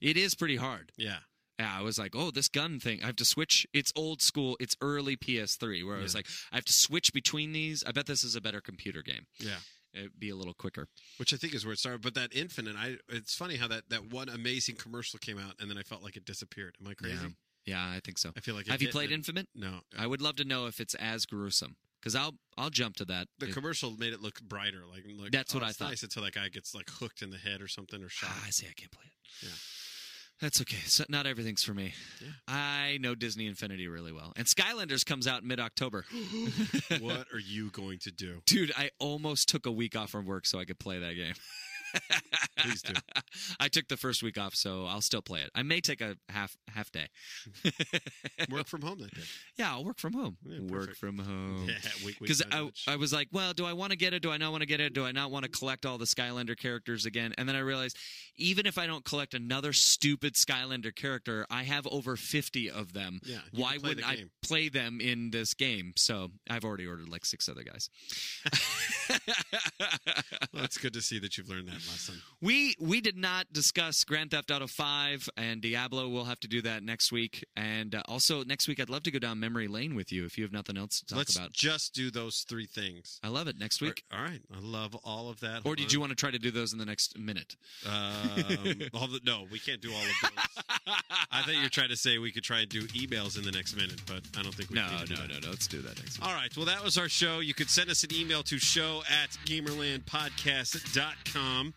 [SPEAKER 2] It is pretty hard.
[SPEAKER 1] Yeah,
[SPEAKER 2] Yeah, I was like, oh, this gun thing. I have to switch. It's old school. It's early PS3, where I was
[SPEAKER 1] Yeah.
[SPEAKER 2] like, I have to switch between these. I bet this is a better computer game.
[SPEAKER 1] yeah.
[SPEAKER 2] It'd be a little quicker.
[SPEAKER 1] which I think is where it started. But that infinite, I it's funny how that that one amazing commercial came out, and then I felt like it disappeared. Am I crazy?
[SPEAKER 2] Yeah, I think so.
[SPEAKER 1] I feel like it
[SPEAKER 2] have you
[SPEAKER 1] hit
[SPEAKER 2] played
[SPEAKER 1] and-
[SPEAKER 2] Infinite?
[SPEAKER 1] No,
[SPEAKER 2] I would love to know if it's as gruesome because I'll I'll jump to that.
[SPEAKER 1] the
[SPEAKER 2] If-
[SPEAKER 1] commercial made it look brighter. Like, like
[SPEAKER 2] That's
[SPEAKER 1] oh,
[SPEAKER 2] what I
[SPEAKER 1] it's
[SPEAKER 2] thought.
[SPEAKER 1] Nice until that guy gets like hooked in the head or something or shot.
[SPEAKER 2] Ah, I see. I can't play it.
[SPEAKER 1] Yeah.
[SPEAKER 2] That's okay. So not everything's for me.
[SPEAKER 1] Yeah.
[SPEAKER 2] I know Disney Infinity really well, and Skylanders comes out mid October.
[SPEAKER 1] what are you going to do?
[SPEAKER 2] Dude, I almost took a week off from work so I could play that game.
[SPEAKER 1] Please do.
[SPEAKER 2] I took the first week off, so I'll still play it. I may take a half half day.
[SPEAKER 1] Work from home that day.
[SPEAKER 2] yeah, I'll work from home.
[SPEAKER 1] Yeah,
[SPEAKER 2] work
[SPEAKER 1] perfect.
[SPEAKER 2] from home.
[SPEAKER 1] Yeah, week, week,
[SPEAKER 2] Oh. Because I,
[SPEAKER 1] sandwich.
[SPEAKER 2] I was like, well, do I want to get it? Do I not want to get it? Do I not want to collect all the Skylander characters again? And then I realized, even if I don't collect another stupid Skylander character, I have over 50 of them.
[SPEAKER 1] Yeah, you
[SPEAKER 2] Why
[SPEAKER 1] can play the
[SPEAKER 2] wouldn't I
[SPEAKER 1] game.
[SPEAKER 2] play them in this game? So I've already ordered like six other guys.
[SPEAKER 1] Well, it's good to see that you've learned that lesson.
[SPEAKER 2] We we did not discuss Grand Theft Auto 5 and Diablo. We'll have to do that next week. And uh, also next week, I'd love to go down memory lane with you if you have nothing else to talk
[SPEAKER 1] Let's
[SPEAKER 2] about.
[SPEAKER 1] just do those three things.
[SPEAKER 2] I love it next week.
[SPEAKER 1] All right, I love all of that.
[SPEAKER 2] Or did you want to try to do those in the next minute?
[SPEAKER 1] Um, all the, no, we can't do all of those. I thought you were trying to say we could try and do emails in the next minute, but I don't think we
[SPEAKER 2] No,
[SPEAKER 1] can.
[SPEAKER 2] no, no, no. Let's do that next week.
[SPEAKER 1] All right. Well, that was our show. You could send us an email to show at gamerlandpodcast.com.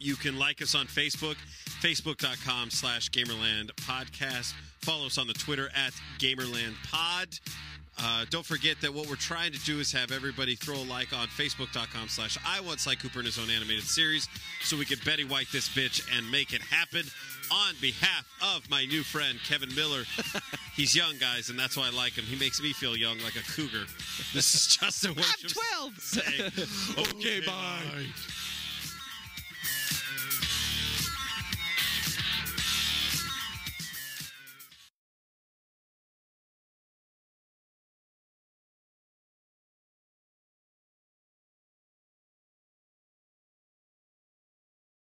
[SPEAKER 1] You can like us on Facebook, facebook.com slash gamerland podcast. Follow us on the Twitter at gamerlandpod. Uh, don't forget that what we're trying to do is have everybody throw a like on facebook.com slash I once like Cooper in his own animated series so we can Betty White this bitch and make it happen. On behalf of my new friend Kevin Miller, he's young, guys, and that's why I like him. He makes me feel young like a cougar. This is Justin Worship. I'm 12. okay, bye.